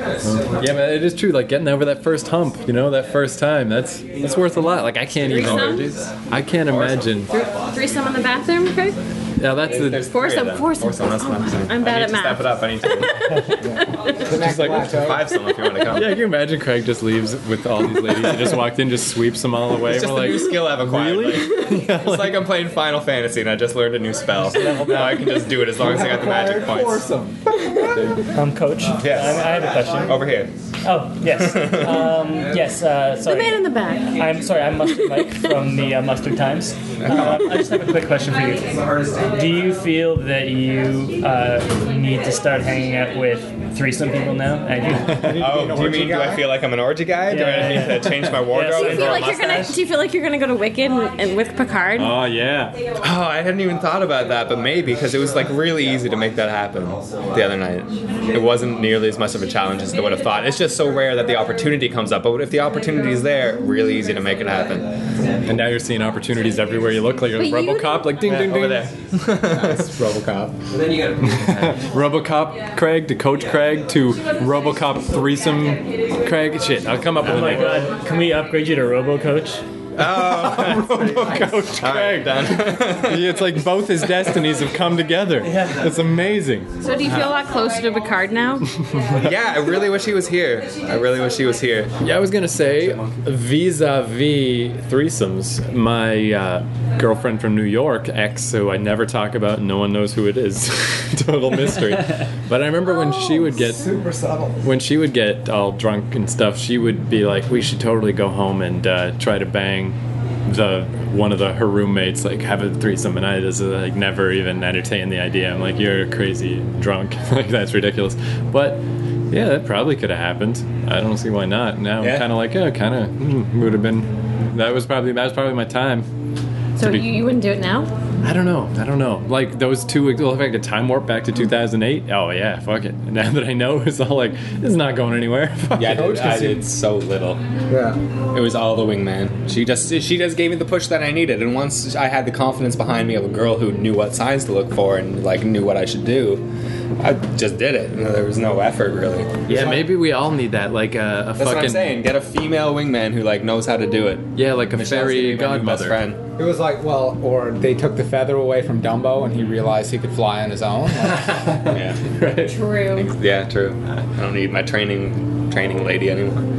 Speaker 4: Yeah, but it is true. Like getting over that first hump, you know, that first time. That's that's worth a lot. Like I can't even.
Speaker 5: Threesomes?
Speaker 4: I can't imagine.
Speaker 5: Threesome in the bathroom, Craig?
Speaker 4: Now that's the.
Speaker 5: Foursome, foursome.
Speaker 7: foursome. That's what I'm saying.
Speaker 5: I'm bad
Speaker 7: I need
Speaker 5: at
Speaker 7: to
Speaker 5: math.
Speaker 7: Step it up. I need to
Speaker 6: Just like,
Speaker 7: five some if you want to come.
Speaker 4: Yeah, can you imagine Craig just leaves with all these ladies? He just walked in, just sweeps them all away.
Speaker 7: It's just
Speaker 4: We're
Speaker 7: a new
Speaker 4: like,
Speaker 7: skill I've acquired.
Speaker 4: really?
Speaker 7: Like, it's like I'm playing Final Fantasy and I just learned a new spell. Now I can just do it as long as I got the magic points.
Speaker 6: foursome.
Speaker 3: Um, coach.
Speaker 7: Yes.
Speaker 3: I, I have a question.
Speaker 7: Over here.
Speaker 3: Oh, yes. Um, yes. Uh,
Speaker 5: The
Speaker 3: sorry.
Speaker 5: man in the back.
Speaker 3: I'm sorry, I'm Mustard Mike from the uh, Mustard Times. Uh, I just have a quick question for you. Do you feel that you uh, need to start hanging out with threesome people now? I do.
Speaker 7: Oh, do you mean do I feel like I'm an orgy guy? Do
Speaker 3: Yeah,
Speaker 7: I
Speaker 3: yeah,
Speaker 7: need to change my
Speaker 3: Do
Speaker 7: wardrobe?
Speaker 5: Do you
Speaker 7: and
Speaker 5: feel
Speaker 7: grow a
Speaker 5: like you're gonna?
Speaker 3: mustache.
Speaker 5: Do you feel like you're gonna go to Wicked and, and with Picard?
Speaker 4: Oh yeah.
Speaker 7: Oh, I hadn't even thought about that, but maybe because it was like really easy to make that happen the other night. It wasn't nearly as much of a challenge as I would have thought. It's just so rare that the opportunity comes up. But if the opportunity is there, really easy to make it happen.
Speaker 4: And now you're seeing opportunities everywhere you look. Like you're like
Speaker 5: But you-
Speaker 4: RoboCop, like ding
Speaker 7: Yeah,
Speaker 4: ding ding.
Speaker 7: over there.
Speaker 6: RoboCop.
Speaker 9: Then you gotta.
Speaker 4: RoboCop Craig to Coach Craig to RoboCop threesome Craig. Shit, I'll come up with
Speaker 3: Oh
Speaker 4: a
Speaker 3: my
Speaker 4: name.
Speaker 3: god, can we upgrade you to Robo Coach?
Speaker 4: Coach
Speaker 7: All right,
Speaker 4: Craig. it's like both his destinies have come together.
Speaker 3: Yeah.
Speaker 4: It's amazing.
Speaker 5: So do you feel a lot closer to Picard now?
Speaker 7: yeah, I really wish he was here. I really wish he was here.
Speaker 4: Yeah, I was gonna say, vis-a-vis threesomes, my uh, girlfriend from New York, ex, who I never talk about, and no one knows who it is, total mystery. But I remember when she would get
Speaker 6: Super subtle.
Speaker 4: when she would get all drunk and stuff, she would be like, "We should totally go home and uh, try to bang the one of the her roommates, like have a threesome." And I just like never even entertained the idea. I'm like, "You're crazy drunk, like that's ridiculous." But yeah, that probably could have happened. I don't see why not. Now
Speaker 7: Yeah.
Speaker 4: I'm kind of like, yeah, kind of mm, would have been. That was probably that was probably my time.
Speaker 5: So
Speaker 4: To be-
Speaker 5: you, you wouldn't do it now?
Speaker 4: I don't know. I don't know. Like those two. Well, if I could time warp back to 2008, oh yeah, fuck it. Now that I know, it's all like this is not going anywhere. Fuck it.
Speaker 7: so little.
Speaker 6: Yeah.
Speaker 7: It was all the wingman. She just she just gave me the push that I needed, and once I had the confidence behind me of a girl who knew what signs to look for and like knew what I should do, I just did it. You know, There was no effort really.
Speaker 4: Yeah, maybe we all need that, like uh, a, a
Speaker 7: That's
Speaker 4: fucking
Speaker 7: what I'm saying. Get a female wingman who like knows how to do it.
Speaker 4: yeah, like a
Speaker 7: Michelle's gonna be
Speaker 4: fairy
Speaker 7: my new Best
Speaker 4: godmother.
Speaker 7: friend.
Speaker 6: It was like, well, or they took the feather away from Dumbo and he realized he could fly on his own.
Speaker 7: Yeah.
Speaker 5: True.
Speaker 7: yeah. True. I don't need my training training lady anymore.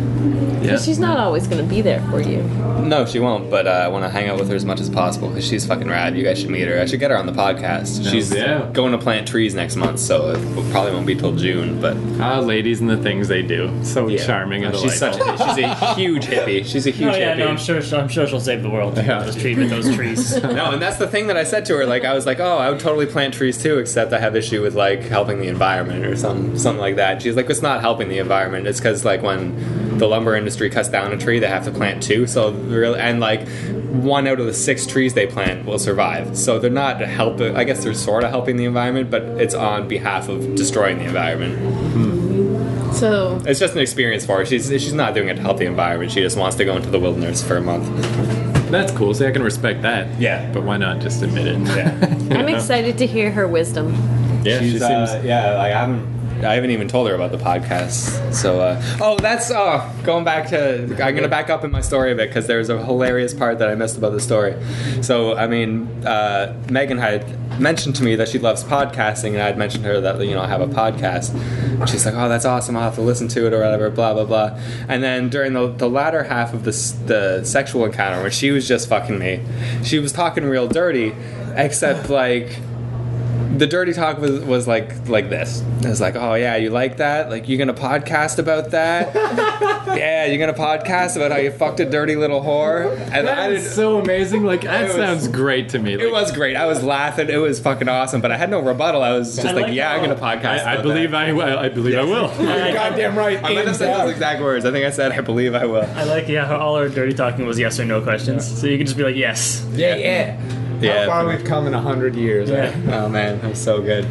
Speaker 4: Yeah.
Speaker 5: She's not always gonna be there for you.
Speaker 7: No, she won't. But uh, I want to hang out with her as much as possible because she's fucking rad. You guys should meet her. I should get her on the podcast. she's
Speaker 4: yeah.
Speaker 7: going to plant trees next month, so it probably won't be till June. But
Speaker 4: Ah, ladies and the things they do. So
Speaker 7: Yeah. Oh,
Speaker 4: charming and
Speaker 7: she's such
Speaker 4: delightful.
Speaker 7: a she's a huge hippie. She's a huge
Speaker 3: Oh yeah,
Speaker 7: hippie.
Speaker 3: no, I'm sure. I'm sure she'll save the world.
Speaker 4: Yeah.
Speaker 3: Those trees with those trees.
Speaker 7: No, and that's the thing that I said to her. Like I was like, oh, I would totally plant trees too, except I have issue with like helping the environment or some something like that. She's like, it's not helping the environment. It's because like when the lumber industry cuts down a tree, they have to plant two. So really, and like one out of the six trees they plant will survive. So they're not helping. I guess they're sort of helping the environment, but it's on behalf of destroying the environment.
Speaker 5: So
Speaker 7: It's just an experience for her. She's she's not doing it to help the environment. She just wants to go into the wilderness for a month.
Speaker 4: That's cool. See, I can respect that.
Speaker 7: Yeah.
Speaker 4: But why not just admit it? Yeah.
Speaker 5: I'm excited to hear her wisdom.
Speaker 7: Yeah,
Speaker 4: She's,
Speaker 7: she seems.
Speaker 4: uh,
Speaker 7: yeah, like I haven't. I haven't even told her about the podcast. So, uh, oh, that's uh, going back to. I'm gonna back up in my story a bit because there's a hilarious part that I missed about the story. So, I mean, uh, Megan had mentioned to me that she loves podcasting, and I'd mentioned to her that you know I have a podcast. She's like, "Oh, that's awesome! I'll have to listen to it or whatever." Blah blah blah. And then during the, the latter half of this the sexual encounter, when she was just fucking me, she was talking real dirty, except like the dirty talk was, was like like this. It was like, oh yeah, you like that? Like you're gonna podcast about that? yeah, you're gonna podcast about how you fucked a dirty little whore. And I
Speaker 4: That
Speaker 7: did,
Speaker 4: is so amazing. Like that
Speaker 7: It was-
Speaker 4: sounds great to me.
Speaker 7: it was great. I was laughing. It was fucking awesome. But I had no rebuttal. I was just like,
Speaker 3: like
Speaker 7: yeah, I'm gonna
Speaker 4: I,
Speaker 7: podcast.
Speaker 4: I
Speaker 7: about
Speaker 4: believe
Speaker 7: that.
Speaker 4: I, will- I believe I will.
Speaker 3: I, like-
Speaker 6: Goddamn right.
Speaker 7: I might have said those exact words. I think I said, I believe I will.
Speaker 3: I like yeah. All our dirty talking was yes or no questions, so you could just be like yes.
Speaker 6: Yeah, yeah. How far
Speaker 7: Yeah.
Speaker 6: we've come in a hundred years. eh?
Speaker 7: Oh man, that was so good.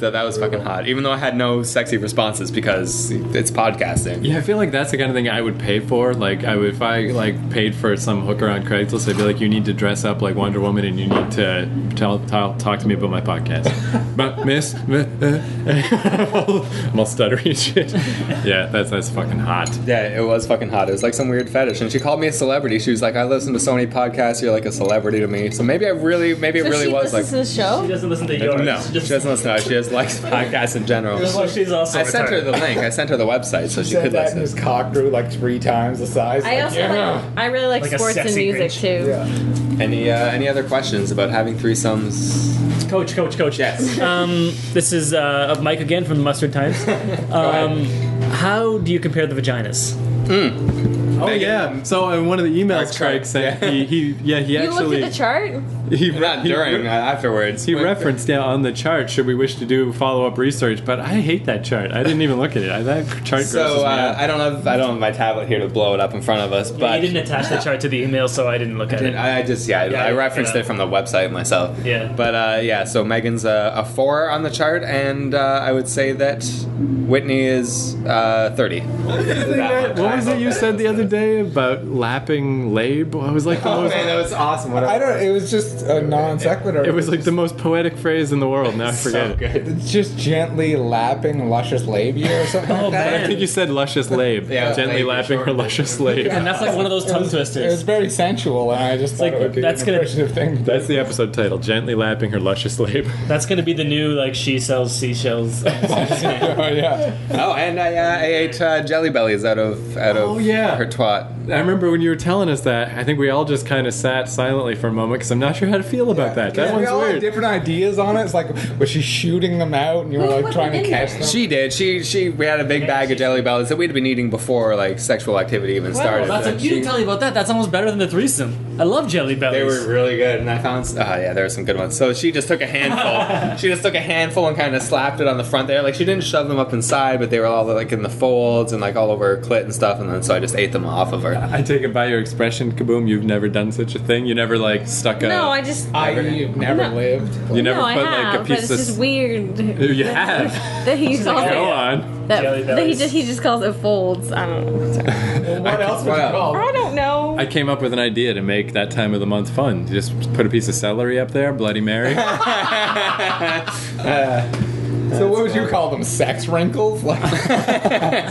Speaker 7: So that was fucking hot. Even though I had no sexy responses because it's podcasting.
Speaker 4: Yeah, I feel like that's the kind of thing I would pay for. Like, I would, if I like paid for some hooker on Craigslist, I'd be like, "You need to dress up like Wonder Woman, and you need to tell, tell talk to me about my podcast." but miss, mi- uh, I'm all stuttery and shit. Yeah, that's that's fucking hot.
Speaker 7: Yeah, it was fucking hot. It was like some weird fetish. And she called me a celebrity. She was like, I listen to so many podcasts, you're like a celebrity to me. So maybe I really, maybe it
Speaker 5: So
Speaker 7: really
Speaker 5: she
Speaker 7: was like.
Speaker 5: listens to the show.
Speaker 3: She doesn't listen to yours.
Speaker 7: No,
Speaker 3: She
Speaker 7: she
Speaker 3: just,
Speaker 7: doesn't listen to us. She just likes podcasts in general.
Speaker 3: well, she's also.
Speaker 7: I sent her the link. I sent her the website so she
Speaker 6: Said
Speaker 7: could
Speaker 6: that and his
Speaker 7: listen.
Speaker 6: cock grew like three times the size.
Speaker 5: I also like, I really like,
Speaker 3: Like a
Speaker 5: sports and
Speaker 3: sexy cringe.
Speaker 5: music too.
Speaker 6: Yeah.
Speaker 7: Any uh, any other questions about having threesomes?
Speaker 3: Coach, coach, coach.
Speaker 7: Yes.
Speaker 3: Um, this is uh, Mike again from the Mustard Times. Um, how do you compare the vaginas?
Speaker 4: Oh yeah. So in one of the emails,
Speaker 7: Or
Speaker 4: Craig
Speaker 7: Craig,
Speaker 4: sent
Speaker 7: yeah.
Speaker 4: he, he yeah he
Speaker 5: You
Speaker 4: actually
Speaker 5: looked at the chart.
Speaker 4: he
Speaker 7: Not
Speaker 4: he-
Speaker 7: during, uh, afterwards.
Speaker 4: He referenced yeah on the chart. Should we wish to do follow up research? But I hate that chart. I didn't even look at it. I, that chart grosses
Speaker 7: So
Speaker 4: me
Speaker 7: uh,
Speaker 4: out.
Speaker 7: I don't have I don't have my tablet here to blow it up in front of us,
Speaker 3: But
Speaker 7: but
Speaker 3: you didn't attach the chart to the email, so I didn't look at
Speaker 7: Did-
Speaker 3: it.
Speaker 7: I I just yeah, I-
Speaker 3: Yeah,
Speaker 7: I
Speaker 3: I-
Speaker 7: referenced
Speaker 3: yeah.
Speaker 7: it from the website myself.
Speaker 3: Yeah.
Speaker 7: But uh, yeah, so Megan's a, a four on the chart, and uh, I would say that Whitney is uh, thirty.
Speaker 4: What was it you said the other day about lapping lab? I was like the
Speaker 6: Oh,
Speaker 4: most.
Speaker 7: Oh, was awesome. What
Speaker 6: I don't. It was just a non sequitur.
Speaker 4: It was like the most poetic phrase in the world. Now I forget. it.
Speaker 6: It's just gently lapping luscious labia or something.
Speaker 4: Oh,
Speaker 6: like that.
Speaker 4: I think you said luscious lab.
Speaker 7: Yeah,
Speaker 4: gently
Speaker 7: lab,
Speaker 4: lapping her
Speaker 7: sure.
Speaker 4: luscious lab.
Speaker 3: and that's like one of those tongue
Speaker 6: It
Speaker 3: twisters.
Speaker 6: was very sensual, and I just thought
Speaker 3: like,
Speaker 6: it would be
Speaker 3: that's
Speaker 6: an
Speaker 3: gonna-
Speaker 6: impressive thing. to do.
Speaker 4: That's the episode title. Gently lapping her luscious lab.
Speaker 3: That's gonna be the new like she sells seashells.
Speaker 6: oh yeah.
Speaker 7: Oh, and I, uh, I ate uh, jelly bellies out of out of
Speaker 4: Oh, yeah.
Speaker 7: her twat.
Speaker 4: I remember when you were telling us that. I think we all just kind of sat silently for a moment because I'm not sure how to feel about that. That
Speaker 6: Yeah, we
Speaker 4: one's
Speaker 6: all had
Speaker 4: weird.
Speaker 6: different ideas on it. It's like was she shooting them out, and you were
Speaker 2: Who
Speaker 6: like
Speaker 2: put
Speaker 6: trying
Speaker 2: them
Speaker 6: to
Speaker 2: in
Speaker 6: catch
Speaker 2: there?
Speaker 6: them.
Speaker 7: She did. She she. We had a big bag of jelly bellies that we'd been eating before like sexual activity even started.
Speaker 3: That's like, you didn't tell me about that. That's almost better than the threesome. I love jelly
Speaker 7: They
Speaker 3: bellies.
Speaker 7: were really good, and I found. Oh yeah, there were some good ones. So she just took a handful. she just took a handful and kind of slapped it on the front there. Like she didn't shove them up inside, but they were all like in the folds and like all over her clit and stuff. And then so I just ate them off of her.
Speaker 4: I take it by your expression, Kaboom. You've never done such a thing. You never like stuck a.
Speaker 5: No, I just.
Speaker 6: I have never
Speaker 5: No.
Speaker 6: lived.
Speaker 4: you never
Speaker 5: no,
Speaker 4: put
Speaker 5: I have,
Speaker 4: like a
Speaker 5: but
Speaker 4: piece
Speaker 5: it's
Speaker 4: of.
Speaker 5: just weird
Speaker 4: s- you have. oh,
Speaker 5: that he calls
Speaker 4: Go
Speaker 5: it
Speaker 4: on.
Speaker 3: Jelly
Speaker 5: that, that he
Speaker 3: bellies.
Speaker 5: just he just calls it folds. I don't know.
Speaker 6: What else would you
Speaker 7: Wow.
Speaker 3: Oh.
Speaker 6: call?
Speaker 5: I don't know.
Speaker 4: I came up with an idea to make that time of the month fun. You just put a piece of celery up there, Bloody Mary.
Speaker 6: So what would you call them? Sex wrinkles? Like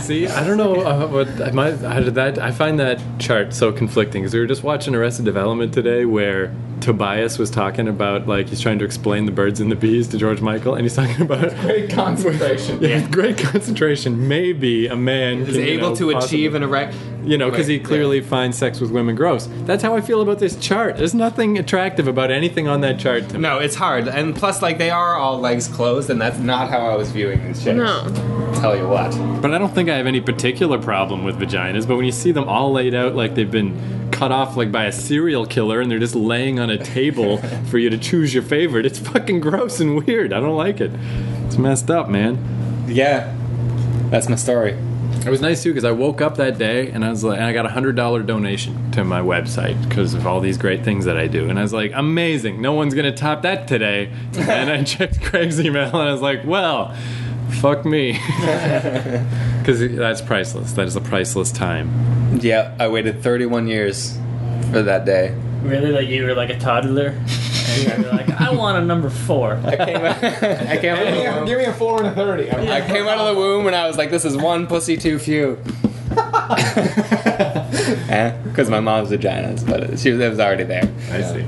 Speaker 4: See, I don't know uh, what I might. How did that? I find that chart so conflicting because we were just watching Arrested Development today, where Tobias was talking about like he's trying to explain the birds and the bees to George Michael, and he's talking about.
Speaker 6: great concentration.
Speaker 4: Yeah, great concentration. Maybe a man
Speaker 7: Is
Speaker 4: can, you
Speaker 7: able
Speaker 4: know,
Speaker 7: to
Speaker 4: possibly-
Speaker 7: achieve an erect.
Speaker 4: you know, because he
Speaker 7: Right,
Speaker 4: clearly finds sex with women gross. That's how I feel about this chart. There's nothing attractive about anything on that chart to me.
Speaker 7: No, it's hard, and plus like they are all legs closed, and that's not how I was viewing these chicks.
Speaker 5: No.
Speaker 7: Tell you what.
Speaker 4: But I don't think I have any particular problem with vaginas. But when you see them all laid out like they've been cut off like by a serial killer and they're just laying on a table for you to choose your favorite, it's fucking gross and weird. I don't like it. It's messed up, man.
Speaker 7: Yeah, that's my story.
Speaker 4: It was nice too because I woke up that day and I was like, and I got a hundred dollar donation to my website because of all these great things that I do. And I was like, amazing. No one's gonna top that today. and I checked Craig's email and I was like, well, fuck me, because that's priceless. That is a priceless time.
Speaker 7: Yeah, I waited 31 years for that day.
Speaker 3: really like you were like a toddler. And they're like, I want a number four.
Speaker 7: I came, I came out of the
Speaker 6: Yeah,
Speaker 7: womb.
Speaker 6: give me a four and a thirty. I'm
Speaker 7: I
Speaker 6: like,
Speaker 7: came out of the womb and I was like, this is one pussy too few. Because my mom's vagina's, but she was, it was already there.
Speaker 4: I see.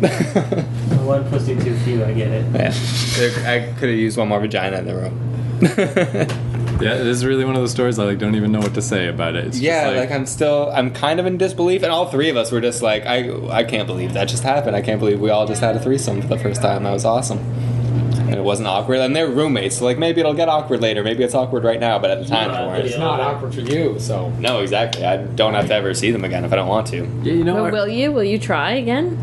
Speaker 3: One pussy too few, I get it.
Speaker 7: Yeah. There- I could have used one more vagina in the room.
Speaker 4: Yeah, this is really one of those stories I like don't even know what to say about it. It's just
Speaker 7: yeah, like,
Speaker 4: like,
Speaker 7: I'm still, I'm kind of in disbelief, and all three of us were just like, I, I can't believe that just happened. I can't believe we all just had a threesome for the first time. That was awesome. And it wasn't awkward, and they're roommates, so like maybe it'll get awkward later. Maybe it's awkward right now, but at the time
Speaker 3: Yeah,
Speaker 7: it
Speaker 6: it's
Speaker 7: weren't.
Speaker 6: not awkward for you, so.
Speaker 7: No, exactly. I don't have to ever see them again if I don't want to.
Speaker 4: yeah, you know
Speaker 5: But
Speaker 4: what?
Speaker 5: will you? Will you try again?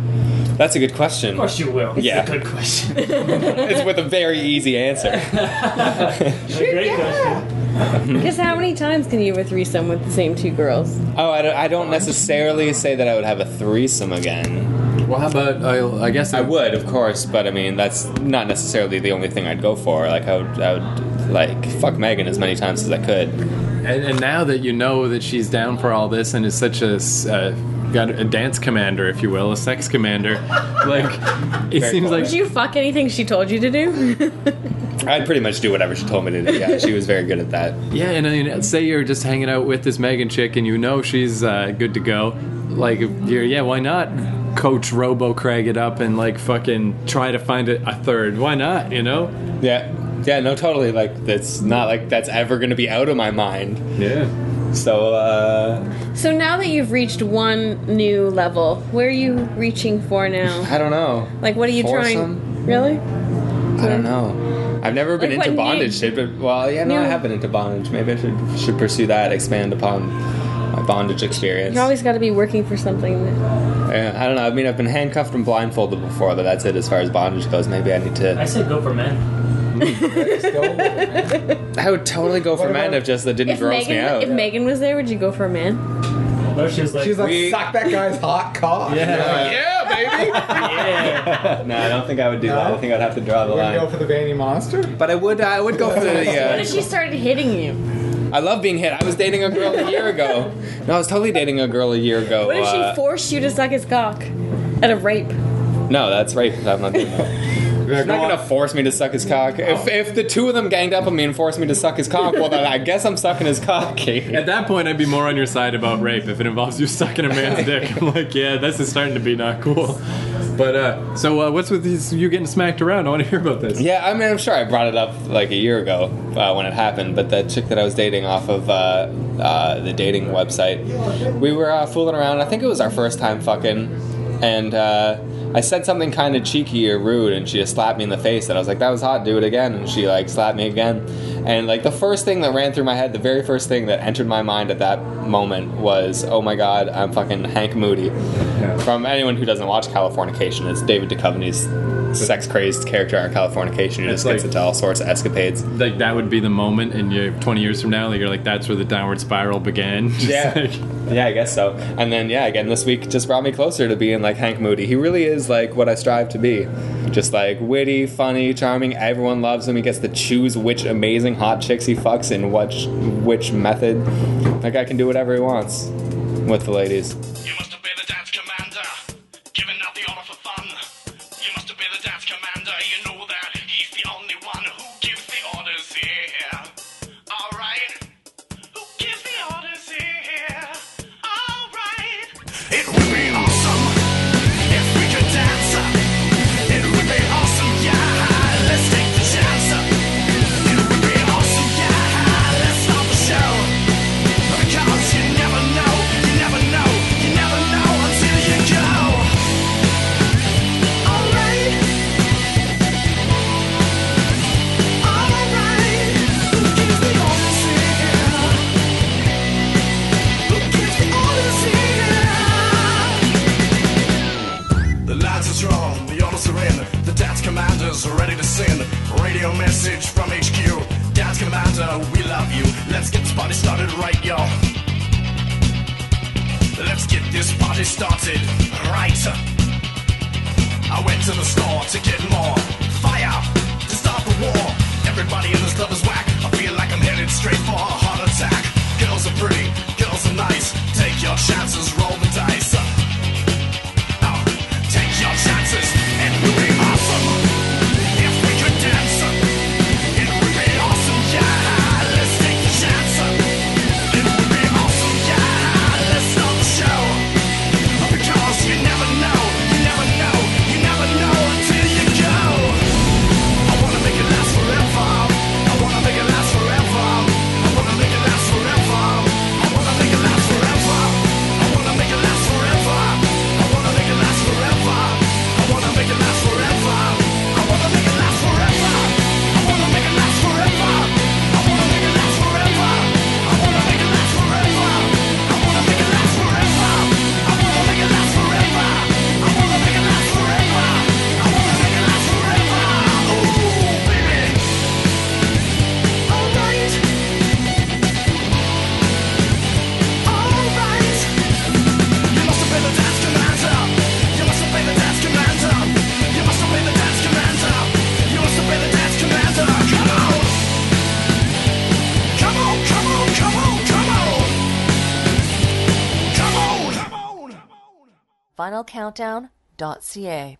Speaker 7: That's a good question.
Speaker 3: Of course you will. It's
Speaker 7: Yeah.
Speaker 3: a good question.
Speaker 7: It's with a very easy answer.
Speaker 3: a great question.
Speaker 5: Because how many times can you have a threesome with the same two girls?
Speaker 7: Oh, I don't, I don't necessarily say that I would have a threesome again.
Speaker 4: Well, how about I, I guess
Speaker 7: I would, of course, but I mean that's not necessarily the only thing I'd go for. Like I would, I would like fuck Megan as many times as I could.
Speaker 4: And, and now that you know that she's down for all this and is such a s- uh, got a dance commander, if you will, a sex commander, like it
Speaker 7: Very
Speaker 4: seems
Speaker 7: cool.
Speaker 4: like
Speaker 5: Did you fuck anything she told you to do?
Speaker 7: I'd pretty much do whatever she told me to do. Yeah, she was very good at that.
Speaker 4: yeah. And I mean, say you're just hanging out with this Megan chick and you know she's uh, good to go, like you're yeah, why not? Coach Robo Craig it up and like fucking try to find a, a third. Why not? You know?
Speaker 7: Yeah, yeah, no, totally. Like that's not like that's ever gonna be out of my mind.
Speaker 4: Yeah.
Speaker 7: So uh,
Speaker 5: so now that you've reached one new level, where are you reaching for now?
Speaker 7: I don't know.
Speaker 5: Like, what are you
Speaker 7: Foursome?
Speaker 5: trying? Really?
Speaker 7: I don't know. I've never been
Speaker 5: Like
Speaker 7: into
Speaker 5: what
Speaker 7: bondage shit, but well, yeah, no, I
Speaker 5: No.
Speaker 7: have been into bondage. Maybe I should should pursue that, expand upon my bondage experience.
Speaker 5: You always got to be working for something. that-
Speaker 7: Yeah, I don't know. I mean, I've been handcuffed and blindfolded before, but that's it as far as bondage goes. Maybe I need
Speaker 3: I
Speaker 7: to.
Speaker 3: say go for men.
Speaker 7: I would totally go for
Speaker 6: What
Speaker 7: men
Speaker 6: about-
Speaker 7: if just that didn't
Speaker 5: If
Speaker 7: gross
Speaker 5: Megan,
Speaker 7: me out.
Speaker 5: if Megan was there, would you go for a man?
Speaker 3: No, she was like,
Speaker 6: She's like,
Speaker 7: We-
Speaker 6: suck that guy's hot cock.
Speaker 4: Yeah.
Speaker 7: yeah,
Speaker 3: yeah.
Speaker 7: baby. no, I don't think I would do that. I think I'd have to draw the
Speaker 6: We're gonna go
Speaker 7: line.
Speaker 6: for the veiny monster.
Speaker 7: But I would. I would go for the.
Speaker 5: What
Speaker 7: Uh,
Speaker 5: if she started hitting you?
Speaker 7: I love being hit. I was dating a girl a year ago. No, I was totally dating a girl a year ago.
Speaker 5: What if
Speaker 7: uh,
Speaker 5: she forced you to suck his cock at a rape?
Speaker 7: No, that's right. I'm not doing that. He's not gonna force me to suck his cock. If, if the two of them ganged up on me and forced me to suck his cock, well then I guess I'm sucking his cock.
Speaker 4: At that point, I'd be more on your side about rape if it involves you sucking a man's dick. I'm like, yeah, this is starting to be not cool. But uh, so, uh, what's with these? You getting smacked around? I want to hear about this.
Speaker 7: Yeah, I mean, I'm sure I brought it up like a year ago uh, when it happened, but that chick that I was dating off of uh, uh, the dating website, we were uh, fooling around. I think it was our first time fucking, and uh, I said something kind of cheeky or rude, and she just slapped me in the face, and I was like, that was hot, do it again. And she like slapped me again. And like the first thing that ran through my head, the very first thing that entered my mind at that moment was, oh my god, I'm fucking Hank Moody. From anyone who doesn't watch Californication, it's David Duchovny's sex crazed character on Californication who
Speaker 4: It's
Speaker 7: just gets
Speaker 4: like-
Speaker 7: into all sorts of escapades.
Speaker 4: Like that would be the moment, and you 20 years from now, like, you're like, that's where the downward spiral began. Just
Speaker 7: Yeah.
Speaker 4: like-
Speaker 7: Yeah, I guess so. And then, yeah, again, this week just brought me closer to being like Hank Moody. He really is like what I strive to be. Just like witty, funny, charming. Everyone loves him. He gets to choose which amazing hot chicks he fucks and which, which method. That guy can do whatever he wants with the ladies.
Speaker 9: You must obey the dance commander, giving out the order for fun. You must obey the dance commander, you know that he's the only one who gives the orders here. Alright? Who gives the orders here? Alright! It would be awesome if we could dance. It would be awesome, yeah. Let's take the chance. It would be awesome, yeah. Let's stop the show. Because you never know, you never know, you never know until you go. Alright. Alright. Who gives the orders here? Who gives the orders here? The lights are strong, the orders are in. The dance commanders are ready to sing. Radio message from HQ. Dance commander, we love you. Let's get this party started right, y'all. Let's get this party started right. I went to the store to get more fire to start the war. Everybody in this club is whack. I feel like I'm headed straight for a heart attack. Girls are pretty, girls are nice. Take your chances, roll the dice. Take your chances and we are
Speaker 2: finalcountdown.ca.